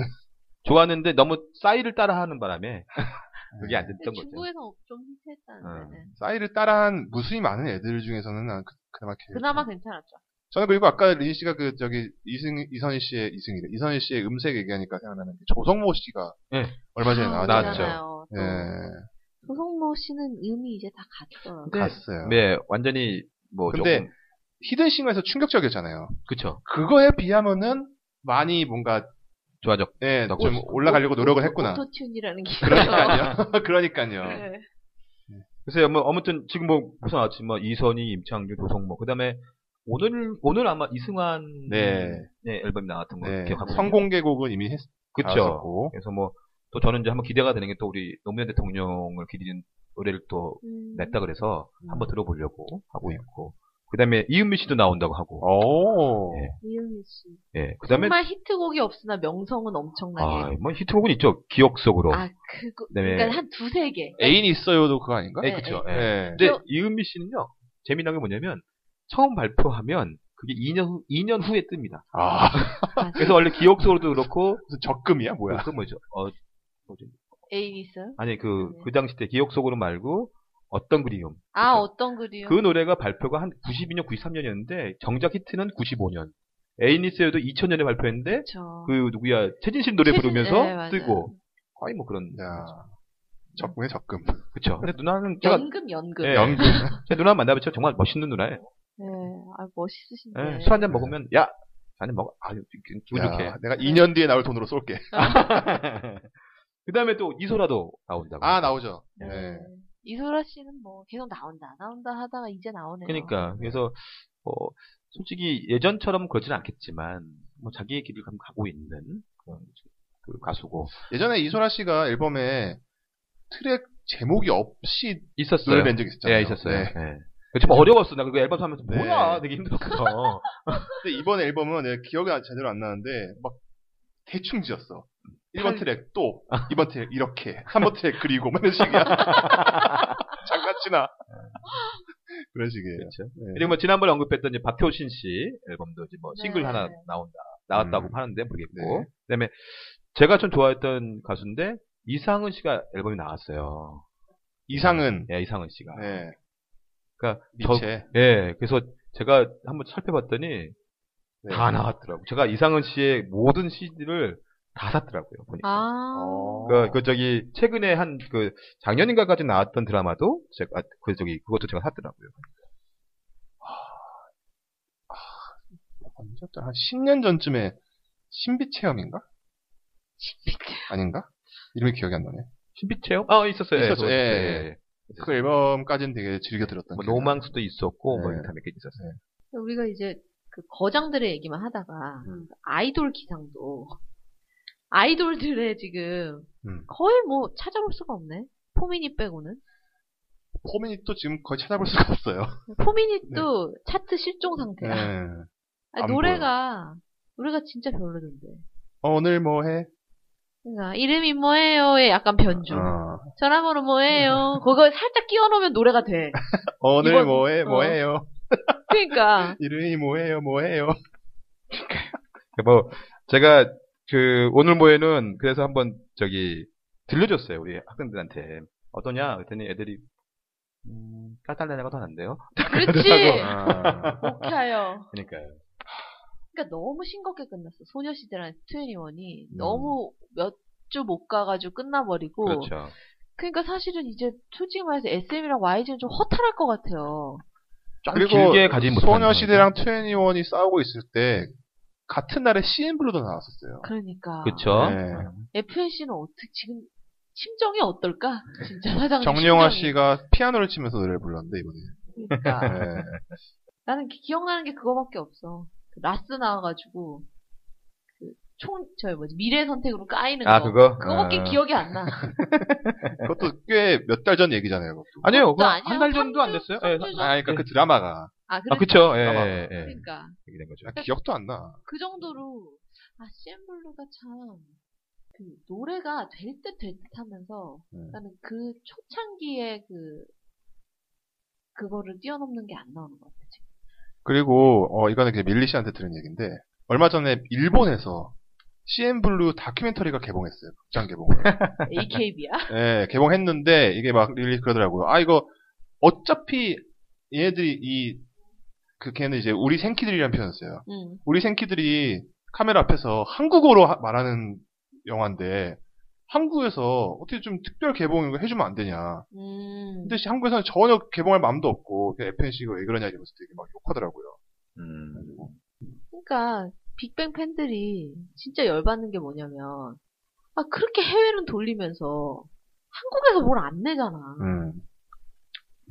좋았는데 너무 싸이를 따라하는 바람에 그게 안 됐던 근데 거죠. 아, 중국에서 뭐 좀 히트했다는데. 는 싸이를 따라한 무수히 많은 애들 중에서는 난 그, 그나마 개- 그나마 그렇죠. 괜찮았죠. 저는 그리고 아까 린 씨가 그 저기 이승 이선희 씨의 이승희 이선희 씨의 음색 얘기하니까 생각나는 게 조성모 씨가 예. 얼마 전에 아, 나왔죠. 나왔죠. 그러잖아요. 또 예, 조성모 씨는 음이 이제 다 갔더라고요. 네. 갔어요. 네, 완전히 뭐 근데- 조금 히든싱어에서 충격적이었잖아요. 그쵸 그거에 비하면은 많이 뭔가 좋아졌. 예, 나 좀 오토- 올라가려고 노력을 했구나. 그러니까. 오토튠이라는 게. 그러니까요. 그러니까요. 네. 그래서 뭐 아무튼 지금 뭐 무슨 나왔지만 이선희, 임창규, 조성모 뭐, 그다음에 오늘 오늘 아마 이승환 네. 의 앨범이 나왔던 걸 네. 기억하고 성공개곡은 이미 했, 그렇죠. 나왔었고. 그래서 뭐 또 저는 이제 한번 기대가 되는 게 또 우리 노무현 대통령을 기리는 노래를 또 음. 냈다 그래서 한번 들어보려고 하고 네. 어. 있고 그다음에 이은미 씨도 나온다고 하고 오. 네. 이음이 박하진 씨. 예. 그 다음에, 정말 히트곡이 없으나 명성은 아, 네. 엄청나게. 뭐 히트곡은 있죠. 기억 속으로. 아, 그거 그다음에- 그러니까 한 두세 개. 애인 있어요도 그거 아닌가? 네, 네, 그쵸. 네. 예. 근데 이은미 씨는요, 재미난 게 뭐냐면, 처음 발표하면, 그게 2년, 후, 2년 후에 뜹니다. 아, 그래서 원래 기억 속으로도 그렇고, 무슨 적금이야 뭐야? 그 뭐죠? 어, 뭐죠? 애인 있어요? 아니, 그, 네. 그 당시 때 기억 속으로 말고, 어떤 그리움. 아, 그쵸. 어떤 글이요? 그 노래가 발표가 한 92년, 93년이었는데, 정작 히트는 95년. 에이니스에도 2000년에 발표했는데, 그쵸. 그, 누구야, 최진실 노래 최진- 네, 부르면서 맞아요. 뜨고, 거의 뭐 그런. 야, 적금에 적금. 그쵸. 근데 누나는, 제가, 연금 연금. 예. 연금. 제 누나 만나봤죠. 정말 멋있는 누나예요. 네. 아, 멋있으신데. 예, 술 한잔 먹으면, 야! 한잔 먹어. 아, 기분 야, 좋게. 내가 2년 뒤에 나올 돈으로 쏠게. 그 다음에 또 이소라도 나온다고. 아 나오죠. 네. 네. 예. 이소라 씨는 뭐 계속 나온다 안 나온다 하다가 이제 나오네요. 그러니까 그래서 뭐 솔직히 예전처럼 그러진 않겠지만 뭐 자기의 길을 감- 가고 있는 그런 그 가수고 예전에 이소라 씨가 앨범에 트랙 제목이 없이 있었어요. 노래 낸 적이 있었잖아요. 예, 있었어요. 네. 예. 좀 어려웠어. 나 그거 앨범 사면서 네. 뭐야 되게 힘들었어. 근데 이번 앨범은 내가 기억이 안- 제대로 안 나는데 막 대충 지었어. 1번 트랙 또 아. 2번 트랙 이렇게 3번 트랙 그리고 뭐 이런 식이야. 장난치나. 그런 식이에요. 그렇죠. 네. 그리고 뭐 지난번에 언급했던 이제 박효신 씨 앨범도 이제 뭐 싱글 네. 하나 나온다 나왔다고 음. 하는데 모르겠고 네. 그다음에 제가 좀 좋아했던 가수인데 이상은 씨가 앨범이 나왔어요. 이상은 예, 이상은 씨가. 네. 그러니까 저- 미체 예, 그래서 제가 한번 살펴봤더니 네. 다 나왔더라고. 요 제가 이상은 씨의 모든 CD를 다 샀더라고요. 보니까. 아. 어. 그, 그 저기 최근에 한 그 작년인가까지 나왔던 드라마도 제가 아, 그 저기 그것도 제가 샀더라고요. 언제였더라? 한 10년 전쯤에 신비 체험인가? 아닌가? 이름이 기억이 안 나네. 신비 체험? 아 있었어요. 있었죠. 그거 예, 있었어요. 예. 그 앨범까지는 되게 즐겨 들었던. 뭐 기억이 로망스도 있었고 뭐 네. 이렇게 몇개 있었어요. 우리가 이제 그 거장들의 얘기만 하다가 음. 그 아이돌 기상도 아이돌들의 지금 음. 거의 뭐 찾아볼 수가 없네. 포미닛 빼고는. 나. 포민이 또 지금 거의 찾아볼 수가 없어요. 포미닛도 차트 실종 상태야. 네. 아니, 안 노래가 노래가 진짜 별로던데. 오늘 뭐 해? 그러니까 이름이 뭐예요의 약간 음. 변주. 어. 전화번호 뭐예요? 그거 살짝 끼워놓으면 노래가 돼. 오늘 이번- 뭐 해? 뭐 어. 해요? 그러니까 이름이 뭐예요? 뭐해요? 뭐 제가 그 오늘 모에는 그래서 한번 저기 들려줬어요 우리 학생들한테 어떠냐 그랬더니 애들이 음, 까탈레나가 더 난데요. 그렇지. 어. 아, 오케이요. 그러니까요. 그러니까 너무 싱겁게 끝났어. 소녀시대랑 21이 음. 너무 몇 주 못 가가지고 끝나버리고. 그렇죠. 러니까 사실은 이제 솔직히 말해서 SM이랑 YG는 좀 허탈할 것 같아요. 좀 그리고 길게 가지 못한 소녀시대랑 21이 싸우고 있을 때 같은 날에 CN블루도 나왔었어요. 그러니까 그렇죠. 네. FNC는 어떻게 지금 심정이 어떨까? 진짜 화장 정영화 씨가 피아노를 치면서 노래를 불렀는데 이번에. 네. 나는 기- 기억나는 게 그거밖에 없어. 그 라스 나와가지고 그총저 뭐지 미래 선택으로 까이는 아 거. 그거? 그거밖에 아. 기억이 안 나. 그것도 꽤 몇 달 전 얘기잖아요. 그것도. 아니에요. 그것도 아니에요. 한 달 정도 안 됐어요. 예, 삼주 전- 아, 그러니까 그 드라마가 아, 아 그랬- 그쵸. 예, 아마. 예, 예. 그러니까 이렇게 된 거죠. 아, 기억도 안 나. 그 정도로 아 CN블루가 참. 그 노래가 될 듯 될 듯 하면서 네. 나는 그 초창기에 그 그거를 뛰어넘는 게 안 나오는 것 같아 지금. 그리고 어, 이거는 그냥 밀리 씨한테 들은 얘기인데 얼마 전에 일본에서 CN블루 다큐멘터리가 개봉했어요. 극장 개봉을. AKB야? 예, 개봉했는데 이게 막 릴리 그러더라고요. 아 이거 어차피 얘네들이 이 그 걔는 이제 우리 생키들이라는 표현을 써요. 응. 우리 생키들이 카메라 앞에서 한국어로 하- 말하는 영화인데 한국에서 어떻게 좀 특별 개봉을 해주면 안 되냐. 음. 근데 한국에서는 전혀 개봉할 마음도 없고 FNC가 왜 그러냐 이러면서 되게 막 욕하더라고요. 음. 그러니까 빅뱅 팬들이 진짜 열받는 게 뭐냐면 아 그렇게 해외는 돌리면서 한국에서 뭘 안 내잖아.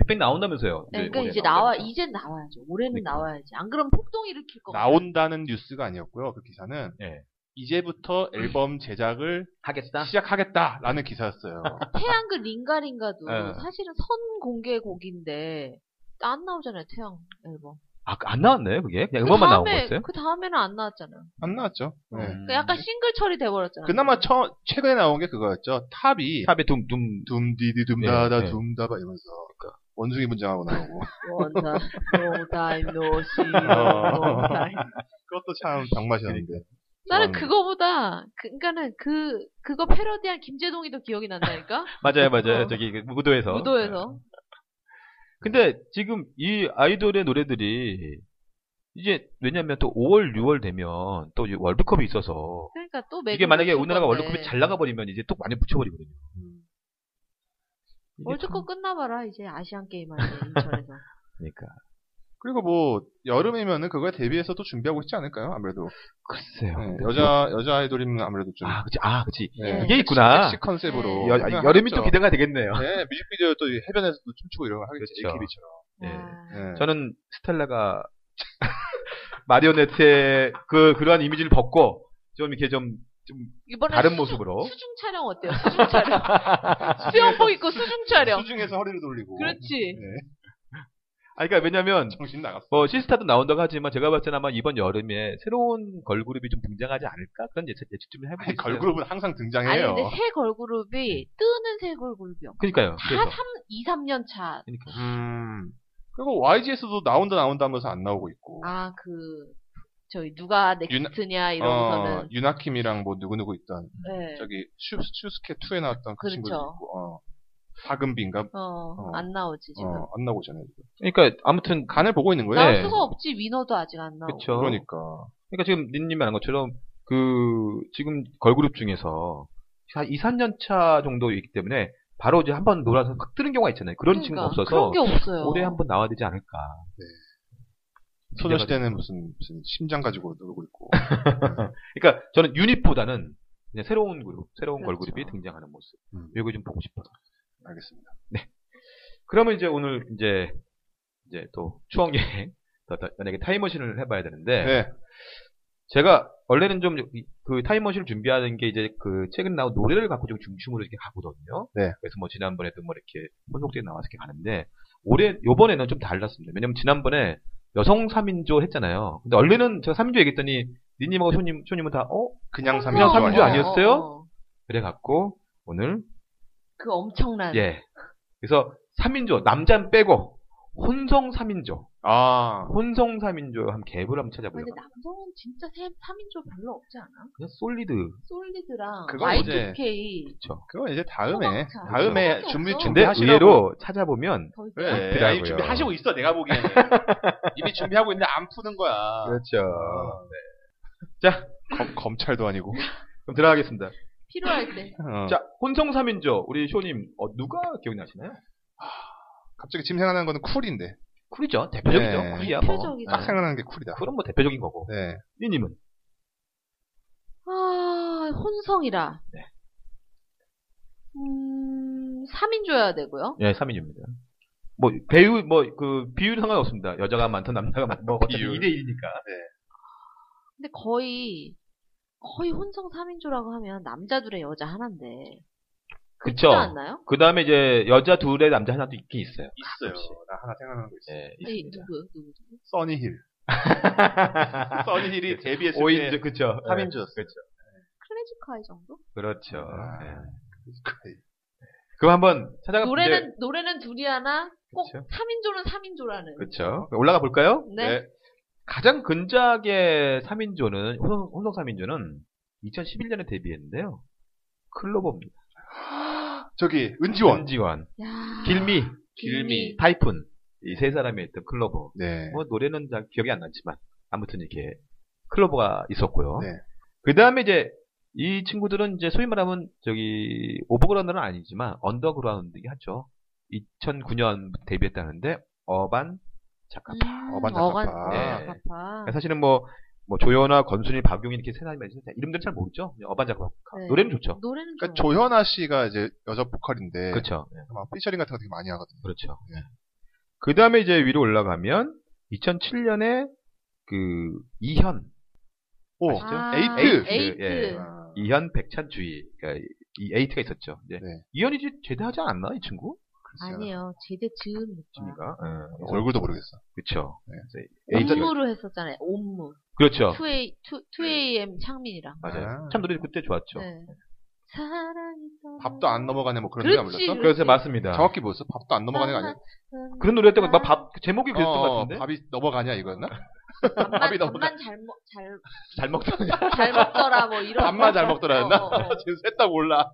빅뱅 나온다면서요. 네, 네, 그러니까 올해 이제 나와 나온다면서. 이제 나와야죠. 올해는 그러니까. 나와야지. 안 그러면 폭동 일으킬 거. 나온다는 뉴스가 아니었고요. 그 기사는 예. 이제부터 앨범 제작을 하겠다. 시작하겠다라는 기사였어요. 태양 그 링가링가도 예. 사실은 선 공개 곡인데 안 나오잖아요. 태양 앨범. 아, 안 나왔나요, 그게? 그냥 음원만 나온 거였어요? 그 다음에는 안 나왔잖아요. 안 나왔죠. 네. 음. 그 약간 싱글 처리 돼버렸잖아요. 그나마 처, 최근에 나온 게 그거였죠. 탑이 탑에 둠, 둠, 둠디디 둠다다 네, 네. 둠다바 이러면서 그러니까 원숭이 분장하고 나오고 원타 노다이 노시 어. 노다이. 그것도 참 병맛이었는데. 그러니까. 음. 나는 그건- 그거보다 그- 그러니까는 그 그거 패러디한 김재동이도 기억이 난다니까 맞아요, 맞아요. 어. 저기, 그 무도에서. 네. 무도에서 근데 지금 이 아이돌의 노래들이 이제 왜냐면 또 5월, 6월 되면 또 이제 월드컵이 있어서 그러니까 또 이게 만약에 우리나라가 건데. 월드컵이 잘 나가버리면 이제 또 많이 붙여버리거든요. 이게 월드컵 끝나봐라 이제 아시안 게임 할때 인천에서 참- 그러니까. 그리고 뭐 여름이면은 그거에 대비해서 또 준비하고 있지 않을까요? 아무래도 글쎄요. 네, 근데 여자 여자 아이돌이면 아무래도 좀 아, 그치. 아, 그치. 네. 이게 있구나. 섹시 컨셉으로 여, 하긴 여름이 하겠죠. 좀 기대가 되겠네요. 그렇죠. 네, 뮤직비디오 또이 해변에서도 춤추고 이런 거 하겠죠. 그렇죠. AKB처럼. 네. 아, 네. 저는 스텔라가 마리오네트의 그, 그러한 이미지를 벗고 좀 이렇게 좀, 좀 이번에 다른 수중- 모습으로. 수중 촬영 어때요? 수중 촬영 수영복 입고 수중 촬영 수중에서 허리를 돌리고. 그렇지 네, 아, 그러니까 왜냐면 정신 나갔어. 뭐 시스타도 나온다고 하지만 제가 봤을 때는 아마 이번 여름에 새로운 걸그룹이 좀 등장하지 않을까 그런 예측 예측 좀 해보고 아니, 있어요. 걸그룹은 항상 아니 등장해요. 근데 새 걸그룹이 뜨는 새 걸그룹이 없 네. 그러니까요. 다 그래서. 3, 2, 3년 차. 그러니까. 음. 그리고 YG에서도 나온다 나온다 하면서 안 나오고 있고. 아, 그, 저희 누가 넥스트냐 어, 이러고서는. 유나킴이랑 뭐 누구누구 있던 네. 저기 슈, 슈스케 2에 나왔던 그 그렇죠. 친구도 있고. 어. 박은빈가 어, 어. 안 나오지, 지금. 어, 안 나오잖아요. 지금. 그러니까 아무튼 간을 보고 있는 거예요. 나올 네. 수가 없지, 위너도 아직 안 나오고. 그렇죠. 그러니까. 그러니까. 지금 닌님 말한 것처럼 그 지금 걸그룹 중에서 한 2, 3년 차 정도이기 때문에 바로 이제 한번 놀아서 확 뜨는 경우가 있잖아요. 그런 친구가 없어서 그러니까 그런 게 없어요. 올해 한번 나와야 되지 않을까. 소녀시대는 무슨, 무슨 심장 가지고 놀고 있고. 그러니까 저는 유닛보다는 그냥 새로운 그룹, 새로운 그렇죠. 걸그룹이 등장하는 모습. 음. 이거 좀 보고 싶어요. 네. 알겠습니다. 그러면 이제 오늘 이제 이제 또 추억 여행 더- 더 만약에 타임머신을 해봐야 되는데 네. 제가 원래는 좀 그 타임머신을 준비하는 게 이제 그 최근 나온 노래를 갖고 좀 중심으로 이렇게 가거든요. 네. 그래서 뭐 지난번에도 뭐 이렇게 혼속되게 나와서 이렇게 가는데 올해 요번에는 좀 달랐습니다. 왜냐면 지난번에 여성 3인조 했잖아요. 근데 원래는 제가 3인조 얘기했더니 니님하고 쇼님, 쇼님은 다 어? 그냥 그래서- 3년 삼인조 아니에요? 아니었어? 아니었어요? 그래갖고 오늘 그 엄청난. 예. 그래서 3인조 남자는 빼고 혼성 3인조 아. 혼성 3인조 한 갭을 한번 근데 찾아보려고. 남성은 진짜 3인조 별로 없지 않아? 그냥 솔리드. 솔리드랑 그건 이제- Y2K. 그렇죠. 그건 이제 다음에. 소방차. 다음에 소방차 준비, 없어. 근데 준비하시라고. 의외로 찾아보면 더 이상. 그래. 없더라고요. 아니, 준비하시고 있어, 내가 보기에는. 이미 준비하고 있는데 안 푸는 거야. 그렇죠. 어. 자, 검, 검찰도 아니고. 그럼 들어가겠습니다. 필요할 때. 어. 자, 혼성 3인조 우리 쇼님 어, 누가 기억나시나요? 갑자기 지금 생각나는 거는 쿨인데. 쿨이죠. 대표적이죠. 네. 쿨이야 뭐. 대표적이죠. 딱 생각나는 게 쿨이다. 그럼 뭐 대표적인 거고. 네. 니님은 아, 혼성이라. 네. 음, 3인조여야 되고요. 예, 3인조입니다. 뭐 배우 뭐 그 비율 상관없습니다. 여자가 많든 남자가 많든 뭐 어차피 비율. 2대 1이니까. 근데 거의 거의 혼성 3인조라고 하면 남자 둘에 여자 하나인데 그쵸. 그렇지 않나요? 그다음에 이제 여자 둘에 남자 하나도 있긴 있어요. 있어요. 나 하나 생각나는 거 있어. 예, 아니, 있습니다. 네, 누구 누구 누구? 써니힐. 네. 써니힐이 데뷔했을 때 5인조 그쵸. 네. 3인조 그렇죠. 클래지카이 정도? 그렇죠. 아. 예. 그럼 한번 찾아가 노래는 노래는 둘이 하나 꼭 네. 그쵸. 3인조는 3인조라는 그렇죠. 올라가 볼까요? 네. 가장 근작의 3인조는 혼성, 혼성 3인조는 2011년에 데뷔했는데요. 클로버입니다. 저기, 은지원. 은지원, 야, 길미, 길미. 타이푼 이 세 사람이 했던 클로버. 네. 뭐 노래는 잘 기억이 안 나지만 아무튼 이렇게 클로버가 있었고요. 네. 그 다음에 이제 이 친구들은 이제 소위 말하면 저기 오버그라운드는 아니지만 언더그라운드긴 하죠. 2009년 데뷔했다는데 어반 작가 음, 어반자카파. 네. 어반자카파. 그러니까 사실은 뭐, 뭐 조연아, 건순이, 박용인 이렇게 세 사람이 있는데 이름들 잘 모르죠. 어반자카 네. 노래는 좋죠. 노래는 그러니까 좋아요. 조현아 씨가 이제 여자 보컬인데 음. 그렇죠. 예, 막 피처링 같은 거 되게 많이 하거든요. 그렇죠. 네. 그 다음에 이제 위로 올라가면 2007년에 그 이현, 오, 아시죠? 아, 에이트. 에이트. 예. 아, 이현 백찬주의 그러니까 이 에이트가 있었죠. 이제 네. 이현이 이제 제대하지 않았나 이 친구? 아니에요. 제대 즈음 느낌. 그러니까 예. 얼굴도 아, 모르겠어. 그렇죠. 네. 에이 업무를 아, 했었잖아요. 업무. 그렇죠. 2A, 2, am 창민이랑. 맞아요. 아. 참 노래 그때 좋았죠. 네. 사랑이다. 밥도 안 넘어가네 뭐 그런 노래 안 그렇지, 불렀어? 그래서 그렇지. 맞습니다. 정확히 뭐였어? 밥도 안 넘어가네 가 아니야? 그런 노래였던 아. 거, 밥 제목이 그랬던 것 어, 같은데. 밥이 넘어가냐 이거였나? 밥만, 밥이 넘어가. 밥만 잘, 먹, 잘, 잘 먹던. 잘 먹더라, 뭐, 이런. 밥만 잘 먹더라였나? 어, 어, 어. 지금 셋 다 몰라.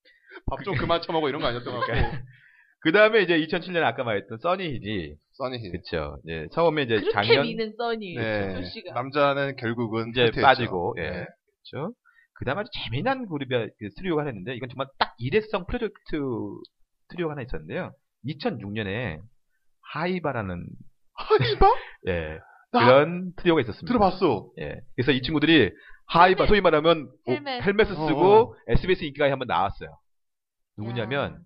밥 좀 그만 처먹어 이런 거 아니었던 것 같고. 그 다음에 이제 2007년 아까 말했던 써니히지. 써니힐. 그쵸. 예, 처음에 이제 그렇게 작년 미는 써니. 네. 솔씨가. 남자는 결국은 이제 후퇴했죠. 빠지고, 예. 네. 그쵸. 그 다음에 아주 재미난 그룹이, 그 트리오가 하나 있는데, 이건 정말 딱 일회성 프로젝트 트리오가 하나 있었는데요. 2006년에 하이바라는, 아, 하이바? 예, 나 그런 트리오가 있었습니다. 아! 들어봤어. 예. 그래서 이 친구들이 하이바, 소위 말하면 옷- 헬멧. 헬멧을 어, 쓰고 SBS 인기가에 한번 나왔어요. 야. 누구냐면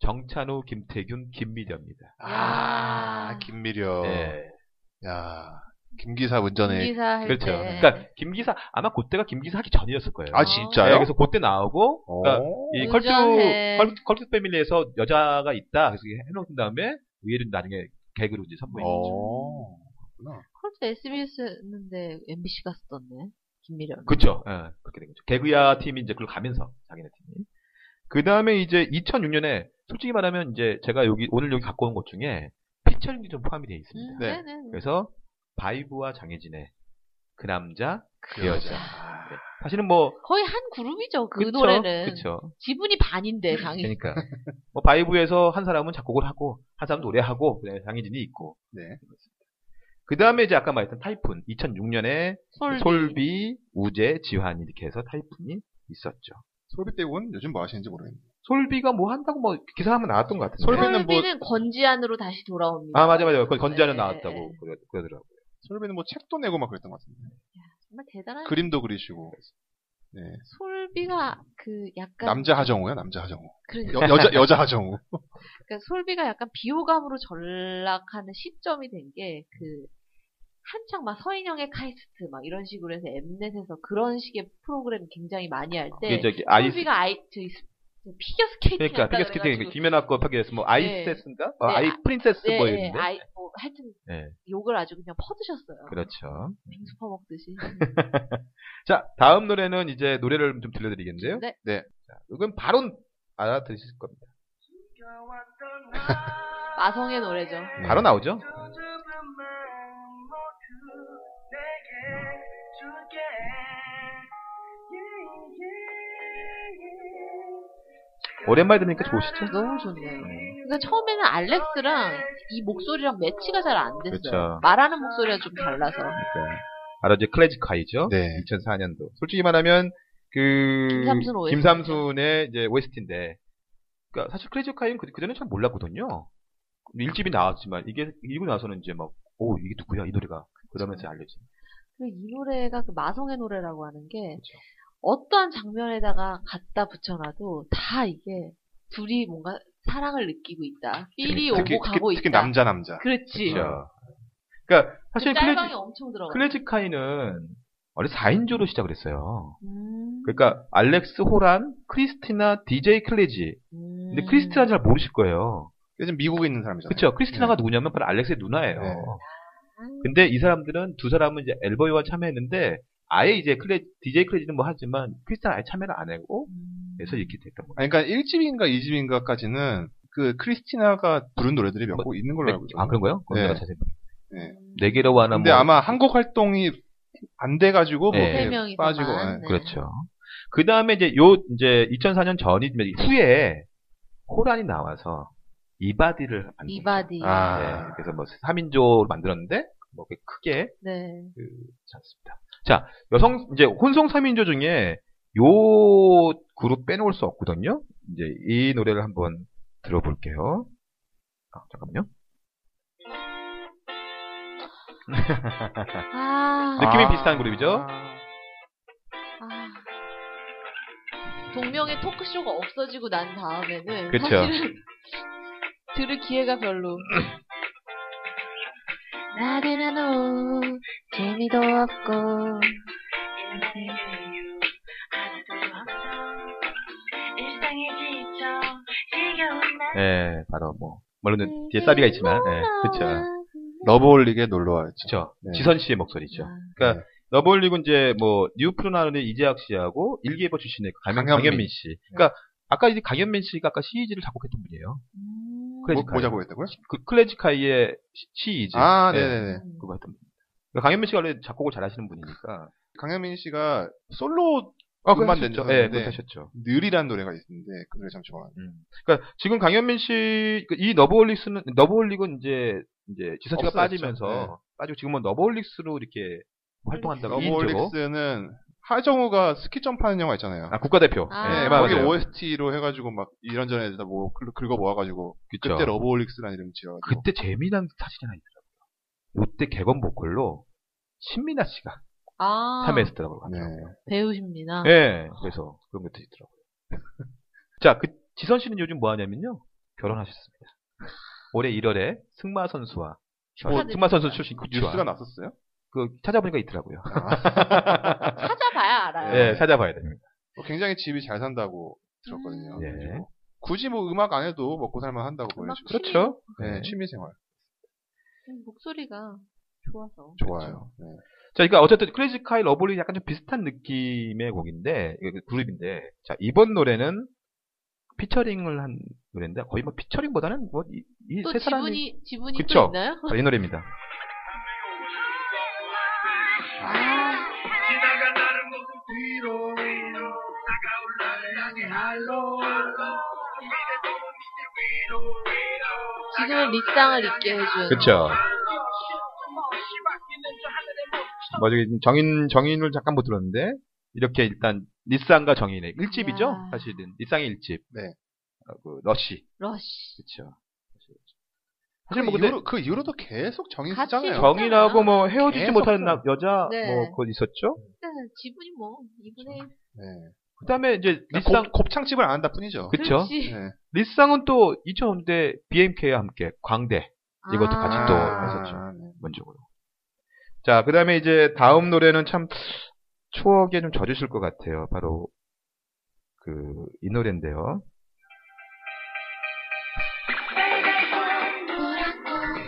정찬호, 김태균, 김미려입니다. 아, 야. 김미려. 예. 야, 김기사 운전에. 기사 할 그렇죠. 때. 그러니까 김기사 아마 그때가 김기사 하기 전이었을 거예요. 아, 예, 진짜요? 어. 그래서 그때 나오고 오. 그러니까 이 컬투 운전해. 컬- 컬투 패밀리에서 여자가 있다. 그래서 이렇게 해놓은 다음에 얘를 나중에 개그로 이제 선보인 어, 거죠. 오. 그래서 SBS였는데 MBC가 썼네. 김미련. 그렇죠. 예, 그렇게 된 거죠. 개그야 팀이 이제 그걸 가면서 자기네 팀이. 그 다음에 이제 2006년에 솔직히 말하면 이제 제가 여기 오늘 여기 갖고 온 것 중에 피처링이 좀 포함이 되어 있습니다. 음, 네. 네. 네 그래서 바이브와 장혜진의 그 남자 그 여자. 여자. 네. 사실은 뭐 거의 한 그룹이죠. 그 그쵸? 노래는. 그쵸. 지분이 반인데 당이. 그러니까 뭐 바이브에서 한 사람은 작곡을 하고 한 사람은 노래하고 그다음에 장혜진이 있고 네. 그 다음에 이제 아까 말했던 타이푼 2006년에 솔비. 우재, 지환 이렇게 해서 타이푼이 있었죠. 솔비대군 요즘 뭐 하시는지 모르겠네. 솔비가 뭐 한다고 뭐 기사 한번 나왔던 것 같은데. 뭐- 솔비는 뭐 솔비는 권지안으로 다시 돌아옵니다. 아 맞아 맞아 그 건지하는 네, 나왔다고 네. 그러- 그러더라고. 요 솔비는 뭐 책도 내고 막 그랬던 것 같은데. 정말 대단한 그림도 그리시고. 네. 솔비가 그 약간 남자 하정우야, 남자 하정우. 그러니까, 여, 여자, 여자 하정우. 그러니까 솔비가 약간 비호감으로 전락하는 시점이 된 게 그 한창 막 서인영의 카이스트 막 이런 식으로 해서 엠넷에서 그런 식의 프로그램 굉장히 많이 할 때 이게 저기 아이 네, 솔비가 아이 저기 스- 저 피겨 스케이팅 그러니까 피겨 스케이팅 김연아 거 파기에서 뭐 아이세스인가? 어, 네, 아이 아- 프린세스 네, 뭐 네, 이랬는데. 아이 뭐 하여튼 네. 욕을 아주 그냥 퍼드셨어요. 그렇죠. 빙수 퍼먹듯이. 자 다음 노래는 이제 노래를 좀 들려드리겠는데요. 네. 네. 자, 이건 바로 알아들으실 겁니다. 마성의 노래죠. 네. 바로 나오죠. 오랜만에 들으니까 그러니까 좋으시죠? 아, 너무 좋네요. 그러니까 처음에는 알렉스랑 이 목소리랑 매치가 잘 안 됐어요. 그쵸. 말하는 목소리가 좀 달라서. 그러니까 바로 이제 클래식 어? 하이죠. 네. 2004년도. 솔직히 말하면 그 김삼순 OST. 김삼순의 이제 OST인데, 그러니까 사실 크레이지 카이는 그 전에 잘 몰랐거든요. 일집이 나왔지만 이게 이고 나서는 이제 막, 오 이게 누구야 이 노래가 그러면서 알려진. 그리고 이 노래가 그 마성의 노래라고 하는 게 어떠한 장면에다가 갖다 붙여놔도 다 이게 둘이 뭔가 사랑을 느끼고 있다. 필이 오고 특히, 가고 특히, 특히 있다. 남자, 남자. 그렇지. 그렇죠. 그러니까 사실 네. 그 짤방이 클래지 엄청 들어가. 클래지 카이는 원래 4인조로 시작을 했어요. 음. 그러니까 알렉스 호란, 크리스티나, DJ 클래지. 음. 네. 근데 크리스티나는 잘 모르실 거예요. 요즘 미국에 있는 사람이잖아요. 그렇죠. 크리스티나가 누구냐면 바로 알렉스의 누나예요. 네. 근데 이 사람들은 두 사람은 이제 엘버이와 참여했는데 아예 이제 클래 DJ 클래지는 뭐 하지만 크리스탄 아예 참여를 안 하고 음. 그래서 이렇게 됐던 거예요. 아니, 그러니까 1집인가 2집인가까지는 그 크리스티나가 부른 노래들이 몇 곡 있는 걸로 알고 있어요. 아 그런 거요? 네. 네. 자세히 네. 네 개로 하나 근데 뭐 아마 한국 활동이 안 돼가지고 뭐 네. 이렇게 세 명이서만, 빠지고 예. 네. 그렇죠. 그 다음에 이제 요 이제 2004년 전이 후에 호란이 나와서 이바디를 만든 네. 이바디. 아. 거죠. 네. 그래서 뭐 3인조로 만들었는데 뭐 그렇게 크게 네. 그렇지 않습니다. 자, 여성, 이제 혼성 3인조 중에 요 그룹 빼놓을 수 없거든요. 이제 이 노래를 한번 들어볼게요. 아, 잠깐만요. 아. 느낌이 비슷한 그룹이죠? 아. 동명의 토크쇼가 없어지고 난 다음에는 그쵸. 사실은 들을 기회가 별로. 나른한 오후 재미도 없고 일상에 지쳐 지겨운 날 예, 바로 뭐. 물론 뒤에 싸비가 있지만, 예, 그쵸. 러브홀릭에 놀러와였죠. 그쵸. 네. 지선 씨의 목소리죠. 그러니까 러브홀릭은 이제 뭐 뉴프로나는 이재학 씨하고 일기예보 출신의 강현, 강현민. 네. 강현민 씨. 그러니까 아까 이제 강현민 씨가 아까 시이즈를 작곡했던 분이에요. 뭐, 클래식하이. 뭐자고 했다고요? 그 클래지카이의 시- 시이즈. 아, 예, 네네네. 그거 했던 분. 그러니까 강현민 씨가 원래 작곡을 잘하시는 분이니까. 강현민 씨가 솔로 아, 음반 죠 낸 예, 적은 그렇게 있는데. 하셨죠. 늘이라는 노래가 있는데 그 노래 참 좋아요. 음. 그러니까 지금 강현민 씨, 그이 너버홀릭스는, 너버홀릭은 이제, 이제 지선치가 없어졌죠. 빠지면서, 네. 빠지고 지금은 너버홀릭스로 이렇게 활동한다고. 개인적으로. 러브홀릭스는 하정우가 스키 점프하는 영화 있잖아요. 아, 국가대표. 아. 네, 예, 거기 맞아요. OST로 해가지고 막 이런저런 애들 다뭐 긁어 모아가지고 그쵸. 그때 러브홀릭스라는 이름 지어가지고 그때 재미난 사실이 하나 있더라고요. 요때 개건 보컬로 신민아 씨가 아, 참여했었더라고요. 네. 배우십니다. 예, 그래서 그런 것도 있더라고요. 자, 그 지선 씨는 요즘 뭐 하냐면요. 결혼하셨습니다. 올해 1월에 승마 선수와 어, 축하드립니다. 승마 선수 출신 그 뉴스가 났었어요? 그 찾아보니까 있더라고요. 찾아봐야 알아요. 예, 찾아봐야 됩니다. 뭐 굉장히 집이 잘 산다고 들었거든요. 음. 예. 그래가지고 굳이 뭐 음악 안 해도 먹고 살만 한다고 음악 보여주고 그렇죠. 네, 네. 취미생활 목소리가 좋아서. 그렇죠. 좋아요. 네. 자, 그러니까 어쨌든 크레이지 카이 러블리 약간 좀 비슷한 느낌의 곡인데 이거 그 그룹인데 자 이번 노래는 피처링을 한 노래인데 거의 뭐 피처링보다는 뭐이세 또 사람이 지분이 지분이 또 그쵸. 있나요? 아, 이 노래입니다. 지금은 립상을 잊게 해준. 그쵸. 뭐 저기 정인 정인을 잠깐 못 들었는데 이렇게 일단 니상과 정인의 일집이죠 야. 사실은 니상의 일집 네. 그 러시. 러쉬. 그렇죠. 그, 사실 뭐 근데 이후로, 그 이후로도 계속 정이 같이 쓰잖아요. 정- 정인하고 뭐 헤어지지 계속 못하는 좀- 남- 여자 네. 뭐 그거 있었죠. 일단은 네, 지분이 뭐 2분의 네. 그다음에 이제 그러니까 니상 곱, 곱창집을 안 한다 뿐이죠. 그- 그쵸. 네. 니상은 또 2000년대 BMK와 함께 광대 이것도 같이 또 했었죠. 네. 먼저고요. 자, 그다음에 이제 다음 노래는 참 추억에 좀 젖으실 것 같아요. 바로 그 이 노래인데요.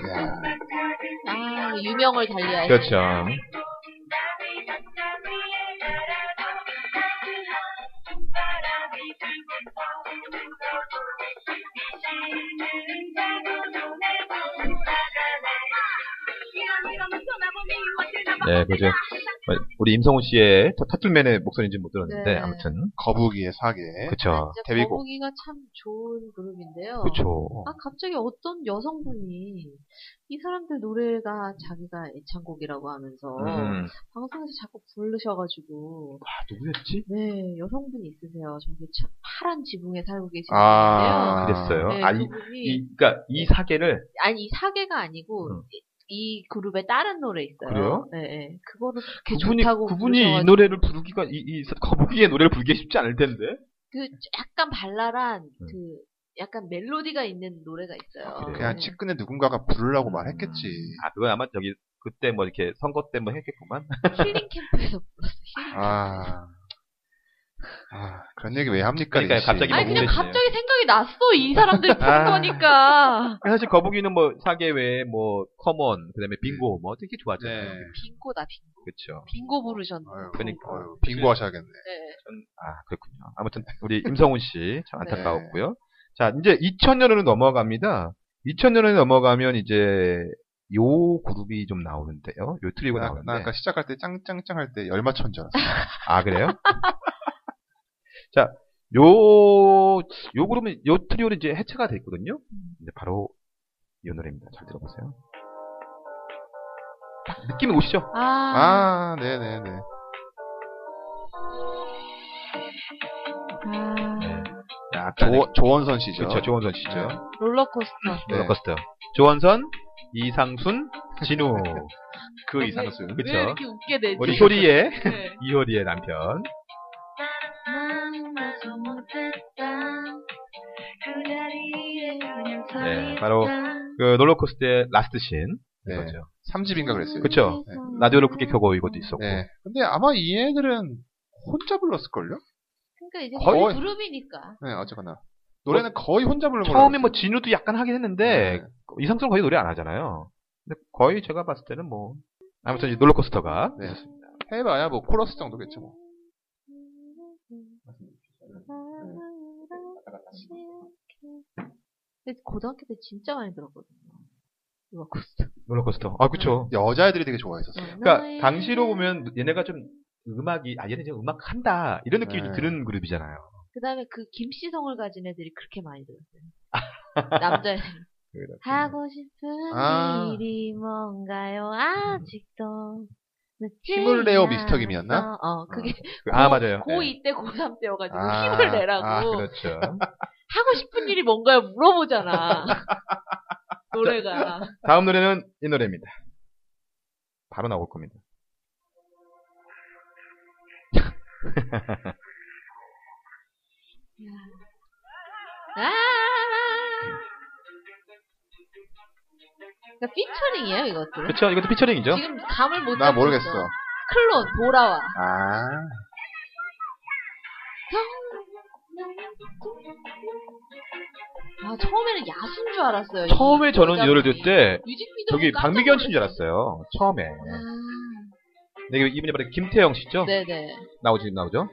예. 야, 아 유명을 달리할. 네. 그렇죠. 네, 그죠. 우리 임성훈 씨의 타- 타툴맨의 목소리인지 못 들었는데 네. 아무튼 거북이의 사계. 그렇죠. 아, 진짜 데뷔곡. 거북이가 참 좋은 그룹인데요. 그렇죠. 아 갑자기 어떤 여성분이 이 사람들 노래가 자기가 애창곡이라고 하면서 음. 방송에서 자꾸 부르셔가지고 아, 누구였지? 네 여성분이 있으세요. 저기 참 파란 지붕에 살고 계신 아, 그랬어요. 분인데요. 네, 아니, 그분이 이 그러니까 이 사계를 아니 이 사계가 아니고 음. 이, 이 그룹의 다른 노래 있어요. 그래요? 네, 네. 그거를 그렇게 그분이 좋다고 그분이 이 부르셔가지고 노래를 부르기가 이, 이 거북이의 노래를 부르기 쉽지 않을 텐데. 그 약간 발랄한 그 약간 멜로디가 있는 노래가 있어요. 음. 아, 네, 그래요? 그냥 측근에 누군가가 부르려고 말했겠지. 아, 그건 아마 저기 그때 뭐 이렇게 선거 때 뭐 했겠구만. 네. 힐링 캠프에서 불렀어요. 아, 아 그런 얘기 왜 합니까? 그러니까요, 리씨? 갑자기 아니 너무 그냥 오래시네요. 갑자기 생각이 났어 이 사람들 부른 아. 거니까 사실 거북이는 뭐 사계 외에 뭐 커먼 그다음에 빙고 뭐 되게 좋아하잖아요. 네. 빙고다 빙고 그렇죠. 빙고 부르셨네. 아유, 그러니까. 아유, 빙고하셔야겠네. 네. 아 그렇군요. 아무튼 네. 우리 임성훈 씨 참 네. 안타까웠고요. 자 이제 2000년으로 넘어갑니다. 2000년으로 넘어가면 이제 요 그룹이 좀 나오는데요. 요 트리오 나, 나 나오는데. 아까 시작할 때 짱짱짱 할 때 열마천 줄 알았어. 아 그래요? 자. 요, 요 그룹은, 요 트리오는 이제 해체가 됐거든요? 이제 바로 이 노래입니다. 잘 들어보세요. 딱 느낌이 오시죠? 아, 아, 네네네. 네. 아. 약간의 조, 조원선 씨죠. 네. 그렇죠. 조원선 씨죠. 롤러코스터. 네. 롤러코스터. 조원선, 이상순, 진우. 그 이상수. 왜 그렇죠. 이렇게 웃게 되지? 우리 효리의 네. 이효리의 남편. 네, 바로 그 롤러코스터의 라스트 신. 네. 그렇죠. 3집인가 그랬어요. 그렇죠. 네. 음, 라디오를 크게 켜고 이것도 있었고. 네. 근데 아마 이 애들은 혼자 불렀을걸요? 그러니까 이제 거의- 그룹이니까. 네, 어쨌거나. 노래는 거의 혼자 부른 걸로. 뭐, 처음에 알고 뭐 네. 진우도 약간 하긴 했는데 있어요. 이상성 거의 노래 안 하잖아요. 근데 거의 제가 봤을 때는 뭐 아무튼 이제 롤러코스터가 네. 네. 해봐야 뭐 코러스 정도겠죠 뭐. 근데 고등학교 때 진짜 많이 들었거든요. 롤러코스터. 롤러코스터. 아 그쵸. 네. 여자애들이 되게 좋아했었어요. 그러니까 당시로 보면 얘네가 좀 음악이 아 얘네 지금 음악 한다 이런 느낌이 좀 네. 드는 그룹이잖아요. 그 다음에 그 김씨성을 가진 애들이 그렇게 많이 들었어요. 남자애들. 하고 싶은 아. 일이 뭔가요? 아직도. 늦지 힘을 내요, 않아. 미스터 김이었나? 어, 어, 그게 그- 아 맞아요. 네. 고2 때 고3 때여가지고 아, 힘을 내라고. 아, 그렇죠. 하고 싶은 일이 뭔가요? 물어보잖아. 노래가. 다음 노래는 이 노래입니다. 바로 나올 겁니다. 아. 그러니까 피처링이에요, 이것도. 그렇죠. 이것도 피처링이죠. 지금 감을 못 아, 나 잡고 모르겠어. 있어. 클론 돌아와. 아. 아 처음에는 야수인 줄 알았어요. 이 처음에 저는 이 노래를 들을 때 뮤직비디오 저기 깜짝 박미경 씨인 줄 놀랐어요. 알았어요. 처음에. 근데 이분이 바로 김태영 씨죠? 아, 네네. 나오지 나오죠?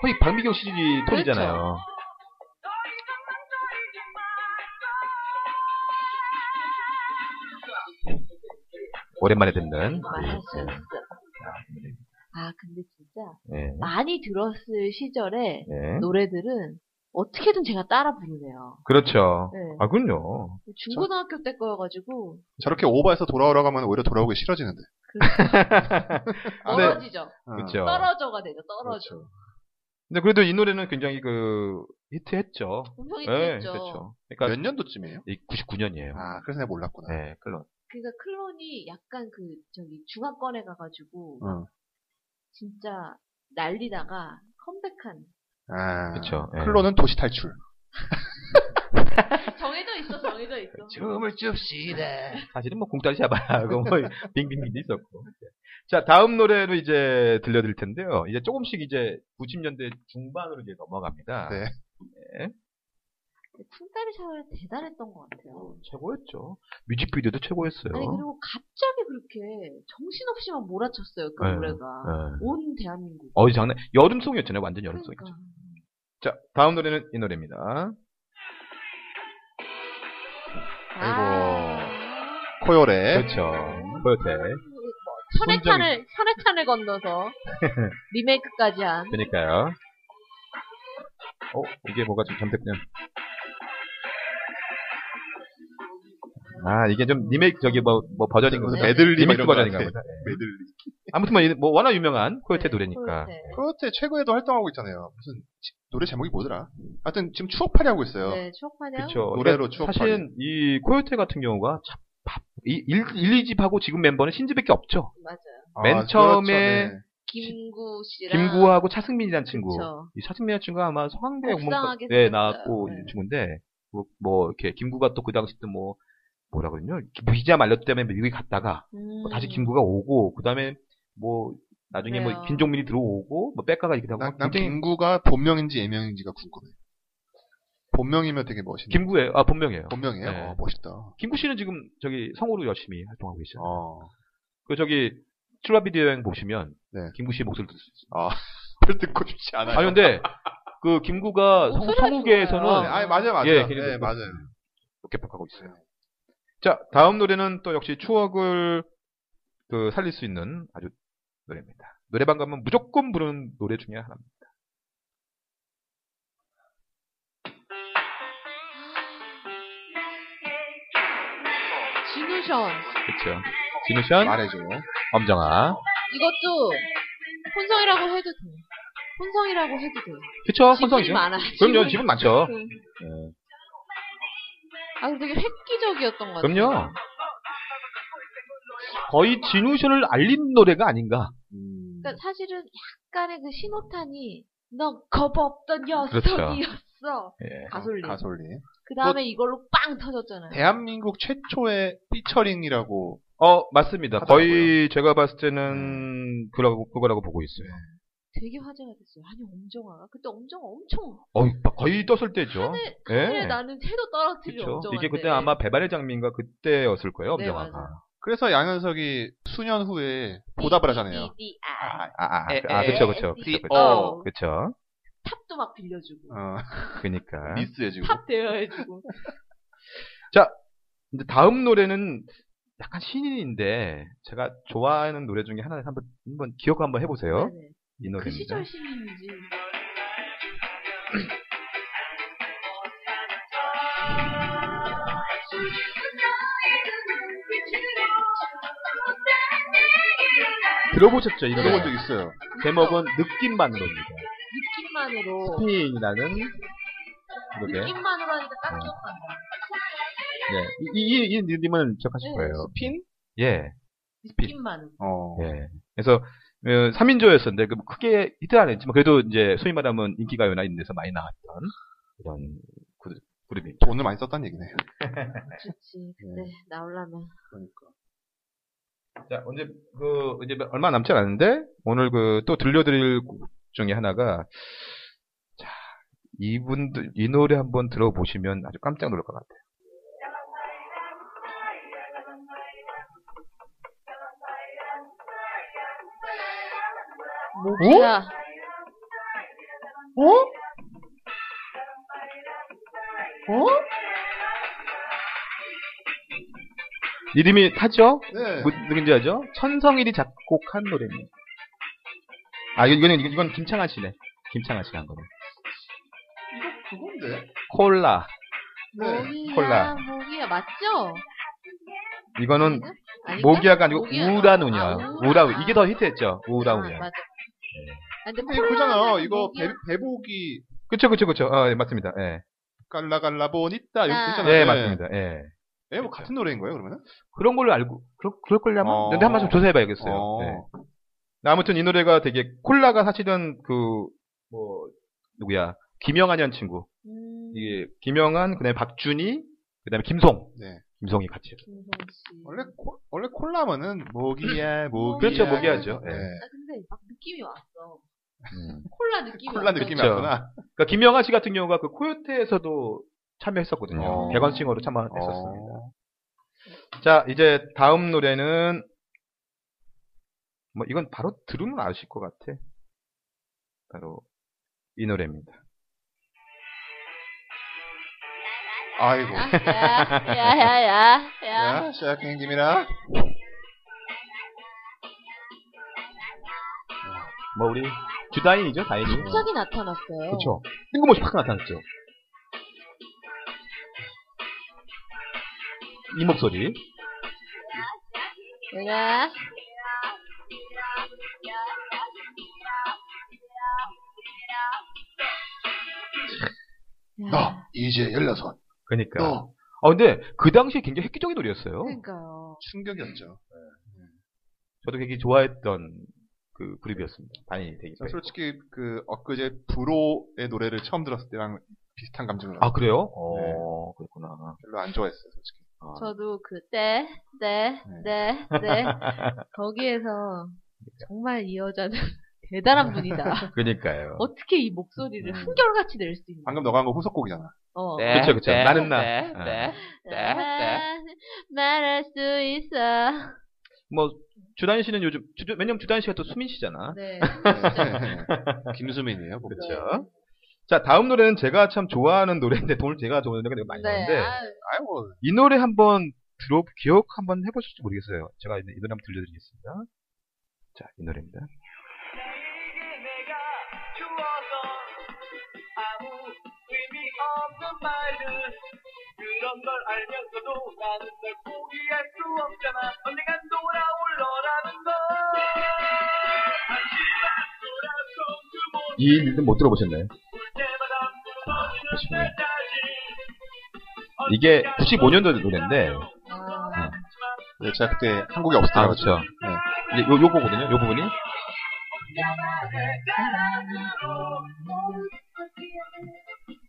거의 박미경 씨 그렇죠. 톤이잖아요. 오랜만에 듣는 맞았어요. 예, 아 근데 진짜 예, 많이 들었을 시절에 예. 네. 노래들은 어떻게든 제가 따라 부르네요. 그렇죠. 네. 아 그럼요. 중고등학교 때 거여가지고 저렇게 오버해서 돌아오라고 하면 오히려 돌아오기 싫어지는데. 아, 네. 멀어지죠. 어. 그렇죠. 떨어져가 되죠. 떨어져. 그렇죠. 근데 그래도 이 노래는 굉장히 그 히트했죠. 분명히 예, 그랬죠. 그렇죠. 몇 그러니까 년도쯤이에요? 99년이에요. 아, 그래서 내가 몰랐구나. 네, 클론. 그러니까 클론이 약간 그 저기 중화권에 가가지고 어. 진짜 날리다가 컴백한 아. 그렇죠. 예. 클론은 도시 탈출. 정해져 있어 정해져 있어 춤을 춥시다. 사실은 뭐 공짜리 샤바라고 뭐 빙빙빙도 있었고. 자, 다음 노래로 이제 들려드릴 텐데요. 이제 조금씩 이제 90년대 중반으로 이제 넘어갑니다. 네. 풍다리 샤워가 대단했던 것 같아요 최고였죠. 뮤직비디오도 최고였어요. 아니 그리고 갑자기 그렇게 정신없이 막 몰아쳤어요 그 네. 노래가 예. 온 대한민국 어이 장난. 여름송이었잖아요. 완전 여름송이죠. 그러니까 자, 다음 노래는 이 노래입니다. 아. 코요레. 그렇죠. 코요테. 선해탄을 선해탄을 뭐 건너서 리메이크까지 한 그러니까요. 어, 이게 뭐가 좀 잠됐냐. 아, 이게 좀 리메이크, 저기 뭐, 뭐 버전인 거, 무슨 네. 메들리 막 리메이크 이런 버전인가 거 보다. 예. 메들리. 아무튼 뭐, 이- 뭐, 워낙 유명한 코요테 노래니까. 네, 코요테. 코요테 최고에도 활동하고 있잖아요. 무슨 지- 노래 제목이 뭐더라? 하여튼 지금 추억팔이 하고 있어요. 네, 추억마냥 그쵸. 노래로 그러니까 추억팔이. 사실은 이 코요테 같은 경우가 참, 밥- 이, 1, 2집하고 지금 멤버는 신지밖에 없죠. 맞아요 아, 맨 처음에 그렇죠, 네. 김구 씨랑 김구하고 차승민이라는 친구. 아, 그쵸. 이 차승민이라는 친구가 아마 성황대 옥상하게 네, 생겼어요. 나왔고 네. 있는 친구인데, 뭐, 뭐, 이렇게 김구가 또 그 당시 때 뭐, 뭐라 그러냐. 비자 만료 때문에 미국에 갔다가, 음. 뭐 다시 김구가 오고 그다음에 뭐 나중에 그래요. 뭐 김종민이 들어오고 뭐 백가가 이렇게 하고 난, 난 굉장히 김구가 본명인지 예명인지가 궁금해. 본명이면 되게 멋있네. 김구예요. 아 본명이에요. 본명이에요? 네. 어, 멋있다. 김구 씨는 지금 저기 성우로 열심히 활동하고 계시죠. 어. 그 저기 출발 비디오 여행 보시면 네. 김구 씨의 목소리를 들을 수 있어요. 그걸 듣고 싶지 않아요. 아니 근데 그 김구가 성, 목소리가 성우계에서는 좋아요. 네, 아니, 맞아요, 맞아요. 예, 네, 그리고- 맞아요. 개폭하고 있어요. 자 다음 노래는 또 역시 추억을 그 살릴 수 있는 아주 노래입니다. 노래방 가면 무조건 부르는 노래 중에 하나입니다. 진우션 그렇죠. 진우션, 말해줘. 엄정아. 이것도 혼성이라고 해도 돼. 혼성이라고 해도 돼. 그쵸, 지분이 혼성이죠. 많아. 그럼요, 지분이- 지분 많죠. 응. 예. 아, 근데 되게 획기적이었던 것 같아요. 그럼요. 거의 진우션을 알린 노래가 아닌가. 음. 그러니까 사실은 약간의 그 신호탄이 넌 겁없던 그렇죠. 녀석이었어. 예. 가솔린. 가솔린. 그 다음에 이걸로 빵 터졌잖아요. 대한민국 최초의 피처링이라고 어, 맞습니다. 거의 하더라고요. 제가 봤을 때는 그라고, 그거라고 보고 있어요. 되게 화제가 됐어요. 아니 엄정화가 그때 엄정화 엄청 어, 거의 떴을 때죠. 하늘 예. 하늘에 나는 새도 떨어뜨려 그렇죠. 엄정화. 이게 그때 아마 배발의 장미인가 그때였을 거예요, 네, 엄정화가. 맞아요. 그래서 양현석이 수년 후에 보답을 하잖아요. DDR. 아, 아, 아. 아, 에, 아, 에. 그쵸, 그쵸, 그쵸, SD. 그쵸. 어. 그쵸. 탑도 막 빌려주고 어, 그니까. 미스해지고. 탑 대여해주고. 근데 다음 노래는 약간 신인인데, 제가 좋아하는 노래 중에 하나를 한번, 한번 기억 한번 해보세요. 네네. 이 그 노래입니다. 시절 신인이지. 들어보셨죠, 이 노래? 들어본 적 네. 있어요. 제목은 느낌만으로입니다. 느낌만으로 스피인이라는 노래. 느낌만으로 하니까 딱 기억난다. 네. 이, 이, 이 님은 기억하실 네, 거예요. 스핀? 예. 느낌만으로. 어. 예. 그래서 어, 3인조였었는데 그뭐 크게 히트는 안 했지만 그래도 이제 소위 말하면 인기가요나 이런 데서 많이 나왔던 이런 그룹, 그룹입니다. 돈을 많이 썼다는 얘기네. 좋지. 그때 나오려면 자, 언제 그 이제 얼마 남지 않았는데 오늘 그 또 들려드릴 곡 중에 하나가 자, 이분들 이 노래 한번 들어보시면 아주 깜짝 놀랄 것 같아요. 어? 목이야. 이름이 타죠? 뭐 네. 누- 누군지 알죠? 천성일이 작곡한 노래입니다. 아, 이건, 이건, 이건 김창한 씨네. 김창한 씨가 한 거네. 그건데? 콜라. 네. 목이야. 콜라. 목이야 맞죠? 이거는 아니죠? 아닌가? 모기야가 아니고 모기야가. 우라누냐. 아, 우라우. 이게 더 히트했죠. 아, 우라우냐. 네. 맞아. 아, 근데 근데 이거 그잖아. 콜라는 이거 모기야. 배, 배복이 그쵸, 그쵸, 그쵸. 아, 예, 맞습니다. 예. 갈라갈라 보니까 이거 아. 있잖아요. 예, 맞습니다. 예. 예, 뭐 같은 노래인 거예요, 그러면? 그런 걸로 알고, 그럴, 그럴 걸로 아마. 어. 근데 한번 좀 조사해봐야겠어요. 어. 예. 아무튼 이 노래가 되게, 콜라가 사실은 그, 뭐, 누구야. 김영환이란 친구. 음, 이게, 김영환, 그 다음에 박준희, 그 다음에 김송. 네. 김송이 같이. 김성 씨. 원래 코, 원래 콜라면은 모기야, 모기야. 그렇죠, 모기야죠. 예. 네. 아, 근데 막 느낌이 왔어. 음. 콜라 느낌이 콜라 왔어. 느낌이 그렇죠. 왔구나. 그러니까 김영하 씨 같은 경우가 그 코요테에서도 참여했었거든요. 어. 개건싱어로 참여했었습니다. 어. 자, 이제 다음 노래는 뭐 이건 바로 들으면 아실 것 같아. 바로 이 노래입니다. 아이고. 야야야야야. 야, 샤킹 김이라. 뭐 우리 주다인이죠, 다인이. 갑자기 나타났어요. 그렇죠. 뜬금없이 팍 나타났죠. 이 목소리. 내가 아, 너 이제 열여섯. 그러니까. 너 아 근데 그 당시에 굉장히 획기적인 노래였어요. 네. 그러니까요. 충격이었죠. 저도 굉장히 좋아했던 그 그룹이었습니다. 다인이 되게. 저 아, 솔직히 그 엊그제 브로의 노래를 처음 들었을 때랑 비슷한 감정을 아 그래요? 네. 어 그렇구나. 별로 안 좋아했어요, 솔직히. 아, 저도 그때 네, 네, 네. 거기에서 정말 이 여자는 대단한 분이다. 그러니까요. 어떻게 이 목소리를 음. 한결같이 낼 수 있나? 방금 너가 한 거 후속곡이잖아. 어. 그쵸, 그쵸. 네. 나는 나. 아. 네, 네. 말할 수 있어. 뭐 주단 씨는 요즘 주, 왜냐면 주단 씨가 또 수민 씨잖아. 네. 김수민이에요, 보면. 그렇죠. 자 다음 노래는 제가 참 좋아하는 노래인데 돈을 제가 좋아하는 노래가 되게 많이 나오는데 아, 아이고, 이 노래 한번 들어 기억 한번 해보실지 모르겠어요. 제가 이 노래 한번 들려드리겠습니다. 자 이 노래입니다. 내가 주어서 아무 의미 없는 말들 그런 걸 알면서도 나는 널 포기할 수 없잖아 언젠간 돌아올 너라는 걸 다시는 돌아선 그못 이 리듬 못 들어보셨나요? 때마다 무너지는 그러시구나. 때까지 이게 네. 95년도 노래인데 아, 네, 제가 그때 한국에 없을 네. 때라 그렇죠. 이제 요, 요 거거든요. 요 부분이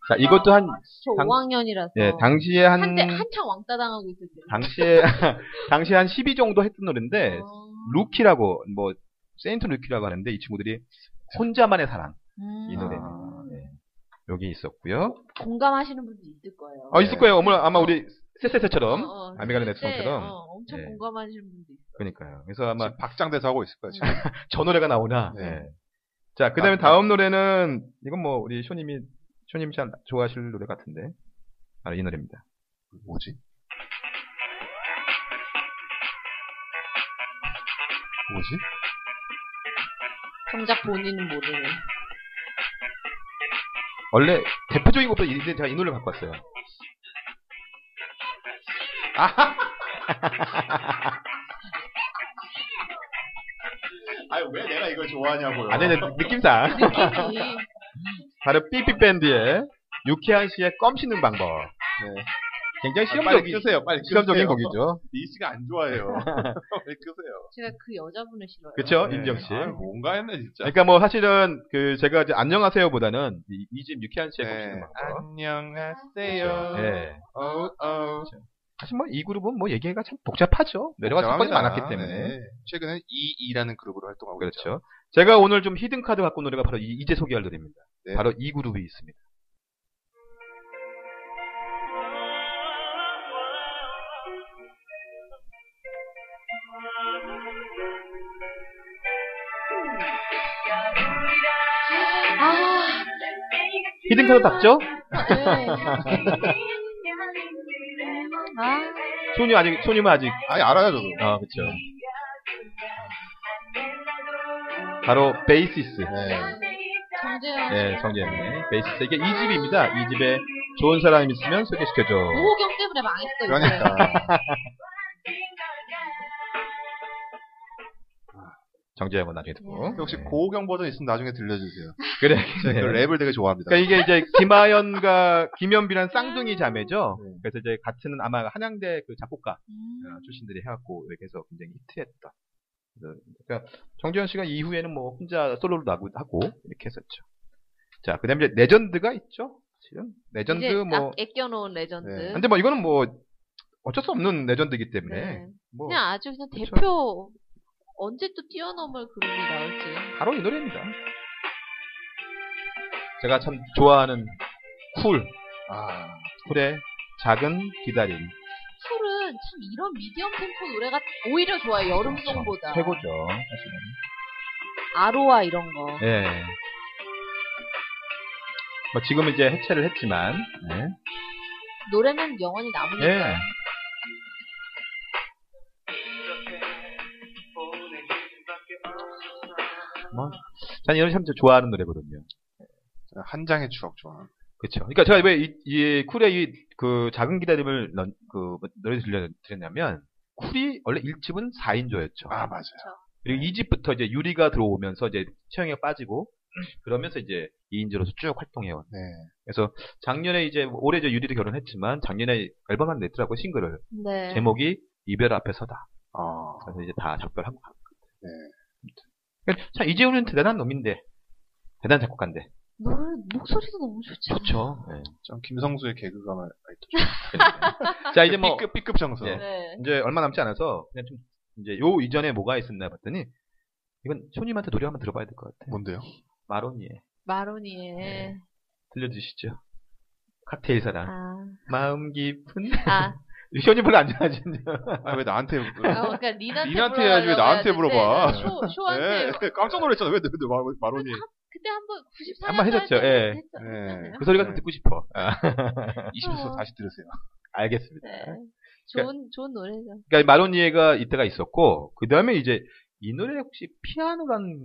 자, 이것도 한, 저 당- 5학년이라서 예, 당시에 한, 한때 한창 왕따 당하고 있을 때. 당시에, 네. 당시에 한 12 정도 했던 노래인데, 어. 루키라고, 뭐, 세인트 루키라고 하는데, 이 친구들이 혼자만의 사랑, 이 음. 노래. 예. 여기 있었고요 공감하시는 분들 있을 거예요. 아, 있을 네. 거예요. 어머, 아마 우리, 세세세처럼. 어, 어, 그때, 아미가네 넥스턴처럼. 어, 엄청 예. 공감하시는 분들 있어요. 그러니까요. 그래서 아마, 아마 박장대사 하고 있을 거야 지금. 저 노래가 나오나. 네. 예. 자, 그 다음에 아, 다음 노래는, 이건 뭐, 우리 쇼님이, 쇼님이 잘 좋아하실 노래 같은데. 바로 이 노래입니다. 뭐지? 뭐지? 정작 본인은 모르는. 원래, 대표적인 것보다 이제 제가 이 노래를 갖고 왔어요. 아하! 아니 왜 내가 이걸 좋아하냐고요. 아니, 아니, 느낌상. 느낌이. 바로 삐삐밴드의 유쾌한 씨의 껌 씻는 방법. 네. 굉장히 아, 빨리 실험적인, 끄세요. 빨리 끄세요. 실험적인 곡이죠. 이 씨가 안 좋아해요. 빨리 끄세요. 제가 그 여자분을 싫어요. 그쵸? 임정 씨. 아, 뭔가 했네 진짜. 그러니까 뭐 사실은 그 제가 이제 안녕하세요보다는 이 집 유쾌한 씨의 껌 네. 씻는 방법. 안녕하세요. 예. 어우 어우. 사실 뭐 이 그룹은 뭐 얘기가 참 복잡하죠. 내려갈 사건이 죄송합니다. 많았기 때문에. 네. 최근에 이이라는 그룹으로 활동하고 있죠. 그렇죠. 제가 오늘 좀 히든카드 갖고 온 노래가 바로 이, 이제 소개할 노래입니다. 네. 바로 이 그룹이 있습니다. 아, 히든카드답죠? 네. 아, 소녀 아직, 소님은 아직. 아니 알아요 저도. 아, 그쵸. 바로 베이시스. 네. 정재현. 네, 정재현의 베이시스. 이게 이 집입니다. 이 집에 좋은 사람 있으면 소개시켜줘. 노호경 때문에 망했어요. 그러니까. 정재현은 나중에 듣고. 혹시 네. 고호경 버전 있으면 나중에 들려주세요. 그래. 제가 네. 그 랩을 되게 좋아합니다. 그러니까 이게 이제 김하연과 김현빈이란 아. 쌍둥이 자매죠. 네. 그래서 이제 같은 아마 한양대 그 작곡가 음. 출신들이 해갖고 이렇게 해서 굉장히 히트했다. 그래서 그러니까 정재현 씨가 이후에는 뭐 혼자 솔로로 나고 하고 이렇게 했었죠. 자, 그다음에 이제 레전드가 있죠. 사실은 레전드 이제 뭐 아- 아껴놓은 레전드. 네. 근데 뭐 이거는 뭐 어쩔 수 없는 레전드이기 때문에 네. 뭐 그냥 아주 그냥 그쵸. 대표 언제 또 뛰어넘을 그룹이 나올지. 바로 이 노래입니다. 제가 참 좋아하는 쿨 아, 쿨의 작은 기다림 쿨은 참 이런 미디엄 템포 노래가 오히려 좋아요. 여름송보다. 최고죠. 사실은. 아로아 이런 거. 예. 뭐 지금 이제 해체를 했지만 예. 노래는 영원히 남으니까. 예. 뭐, 저는 이런 참 좋아하는 노래거든요. 한 장의 추억 좋아. 그렇죠. 그러니까 제가 왜 이 쿨의 이 그 작은 기다림을 넣, 그 노래 들려드렸냐면 쿨이 원래 1집은 4인조였죠. 아 맞아요. 그리고 2집부터 이제 유리가 들어오면서 이제 채영이가 빠지고 그러면서 이제 2인조로서 쭉 활동해요. 네. 그래서 작년에 이제 올해 이제 유리도 결혼했지만 작년에 앨범 하나 냈더라고 신글을 네. 제목이 이별 앞에 서다. 아, 그래서 이제 다 작별하고 간 네. 거예요. 참 이재훈은 대단한 놈인데 대단한 작곡가인데 네. 노래 목소리도 너무 좋죠. 좋죠. 참 김성수의 개그가 말. 자 이제 뭐 B급 B급 정서. 네. 네. 이제 얼마 남지 않아서 그냥 좀 이제 요 이전에 뭐가 있었나 봤더니 이건 손님한테 노래 한번 들어봐야 될 것 같아요. 뭔데요? 마로니에 마로니에. 네. 들려주시죠. 칵테일 사랑 아. 마음 깊은 아. 시원이 별로 안 좋아하시네요. 아, 왜 나한테? 아, 그러니까 니한테 네, 니한테 해야지 왜 나한테 물어봐. 쇼, 쇼한테 예, 네. 깜짝 놀랐잖아. 왜, 왜, 왜 말- 말하니? 그때 한번 94년 한번 해줬죠, 예. 아, 네. 그 소리가 좀 네. 듣고 싶어. 아, 어. 20에서 다시 들으세요. 알겠습니다. 네. 좋은 좋은 노래죠. 그러니까 마로니에가 이때가 있었고 그 다음에 이제 이 노래 혹시 피아노란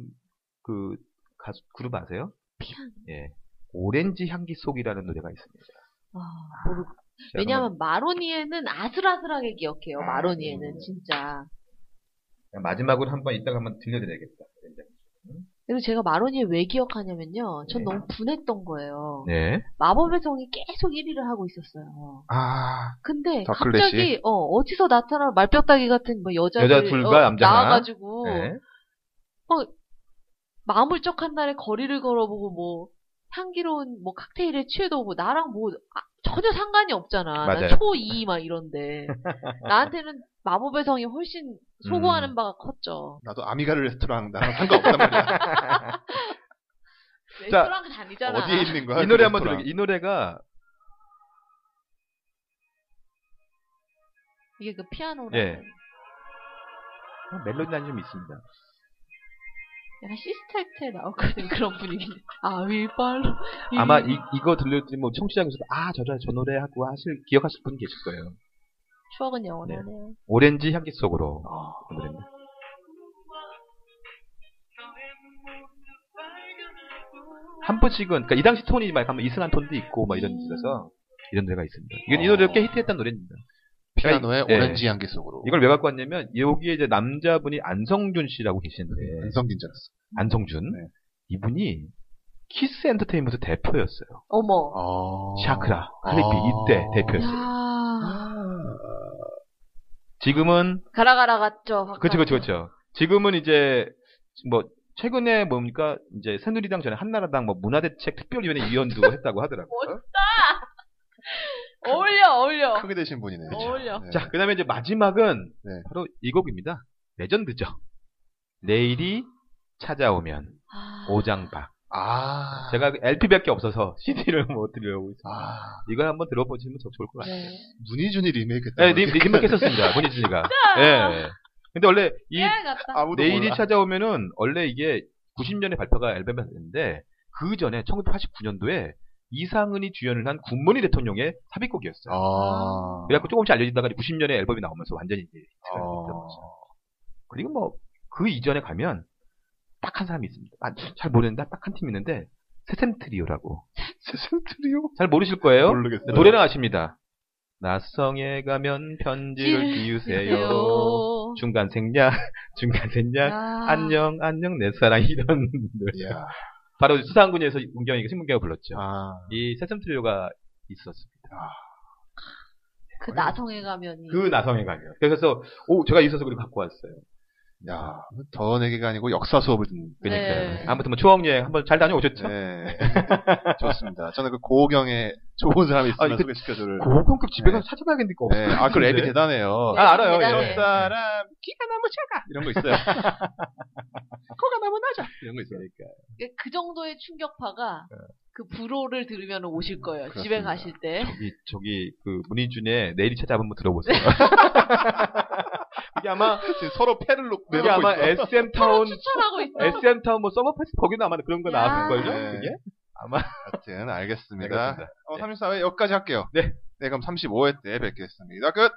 그 가수 그룹 아세요? 피아노. 예. 오렌지 향기 속이라는 노래가 있습니다. 아, 모르- 제가 왜냐하면 마로니에는 아슬아슬하게 기억해요. 아, 마로니에는 음. 진짜. 한번 마지막으로 한번 이따가 한번 들려드려야겠다. 그리고 제가 마로니에 왜 기억하냐면요. 전 네. 너무 분했던 거예요. 네. 마법의 성이 계속 1위를 하고 있었어요. 아, 근데 더클래시? 갑자기 어, 어디서 나타난 말뼈따기 같은 뭐 여자들 여자 둘과 어, 남자 하나? 나와가지고 네. 마물쩍한 날에 거리를 걸어보고 뭐 향기로운 뭐 칵테일에 취해도 뭐 나랑 뭐 아, 전혀 상관이 없잖아. 맞아요. 난 초이 막 이런데 나한테는 마법의 성이 훨씬 소구하는 음. 바가 컸죠. 나도 아미가르 레스토랑 나랑 상관없단 말이야. 자, 레스토랑 다니잖아. 어디에 있는 거야? 이 노래 한번 레스토랑. 들어볼게요. 이 노래가 이게 그 피아노랑 예. 어, 멜로디는 좀 있습니다. 약간 시스타트에 나오거든 그런 분위기. 아 위빨로. 아마 이, 이거 들려드리면 청취자분께서 아, 저, 저, 저 노래 하고 하실, 기억하실 분 계실 거예요. 추억은 영원하네. 오렌지 향기 속으로. 아. 어. 이 노래입니다. 한 번씩은, 그니까 이 당시 톤이 막 하면 이승한 톤도 있고 막 이런 데라서 이런 노래가 있습니다. 이건 이 어. 노래가 꽤 히트했던 노래입니다. 피아노의 예. 오렌지 향기 속으로. 이걸 왜 갖고 왔냐면 여기에 이제 남자분이 안성준 씨라고 계시는데 안성긴 줄 알았어. 안성준 네. 이분이 키스 엔터테인먼트 대표였어요. 어머. 어... 샤크라 클리피 어. 이때 대표였어요. 아. 야. 지금은 가라 가라 갔죠. 그렇죠 그렇죠 그렇죠. 지금은 이제 뭐 최근에 뭡니까 이제 새누리당 전에 한나라당 뭐 문화대책 특별위원회 위원도 했다고 하더라고요. 어울려 어울려. 크게 되신 분이네요. 그쵸. 어울려. 네. 자 그다음에 이제 마지막은 네. 바로 이 곡입니다. 레전드죠. 내일이 찾아오면 아. 오장박. 아. 제가 LP밖에 없어서 CD를 못 들려오고 있어요. 아. 이걸 한번 들어보시면 저 좋을 것 같아요. 네. 문희준이 리메이크 했다. 네, 님, 님밖에 했었습니다. 본인이가. 예. 네. 근데 원래 이 깨알 예, 같다. 아무도 내일이 몰라. 찾아오면은 원래 이게 90년에 발표가 앨범이 됐는데 그 전에 1989년도에 이상은이 주연을 한 군문희 대통령의 삽입곡이었어요. 아. 그래갖고 조금씩 알려지다가 90년에 앨범이 나오면서 완전히 이제 히트가 됐던 거죠. 어. 그리고 뭐 그 이전에 가면 딱 한 사람이 있습니다. 아, 잘 모르는데 딱 한 팀 있는데 세샘 트리오라고. 세상 트리오? 잘 모르실 거예요. 모르겠어요. 네, 노래는 아십니다. 낯성에 가면 편지를 네. 비우세요. 요. 중간 생략, 중간 생략. 예. 아. 안녕, 안녕, 내 사랑 이런 노래. 이야. 바로 수상군에서 문경이가 신문경이가 불렀죠. 아. 이 세참 트리오가 있었습니다. 그 나성에 가면이. 그 나성에 가면. 그래서 오 제가 있어서 그리고 갖고 왔어요. 야, 더 내기가 아니고 역사 수업을 듣는. 그러니까요. 네. 아무튼 뭐 추억 여행 한번 잘 다녀오셨죠? 네. 좋습니다. 저는 그 고경에 좋은 사람이 있으면 아니, 그- 소개시켜줘를. 고급급 집에 가서 네. 찾아봐야겠는데 그거 네. 아, 그 랩이 네. 대단해요. 네. 아 알아요. 네. 저 예. 사람 키가 너무 작아 이런 거 있어요. 코가 너무 낮아 이런 거 있어요. 그러니까. 그 정도의 충격파가 네. 그 불호를 들으면 오실 거예요. 그렇습니다. 집에 가실 때. 저기, 저기, 그, 문희준의 내일이 찾아 한번 들어보세요. 이게 아마, 지금 서로 패를 놓고 이게 아마 있어. SM타운, 추천하고 있어. SM타운 뭐 서버 패스 거기도 아마 그런 거 야. 나왔을걸요? 네. 그게? 네, 하여튼 알겠습니다. 네. 알겠습니다. 어, 34회 여기까지 할게요. 네. 네, 그럼 35회 때 뵙겠습니다. 끝.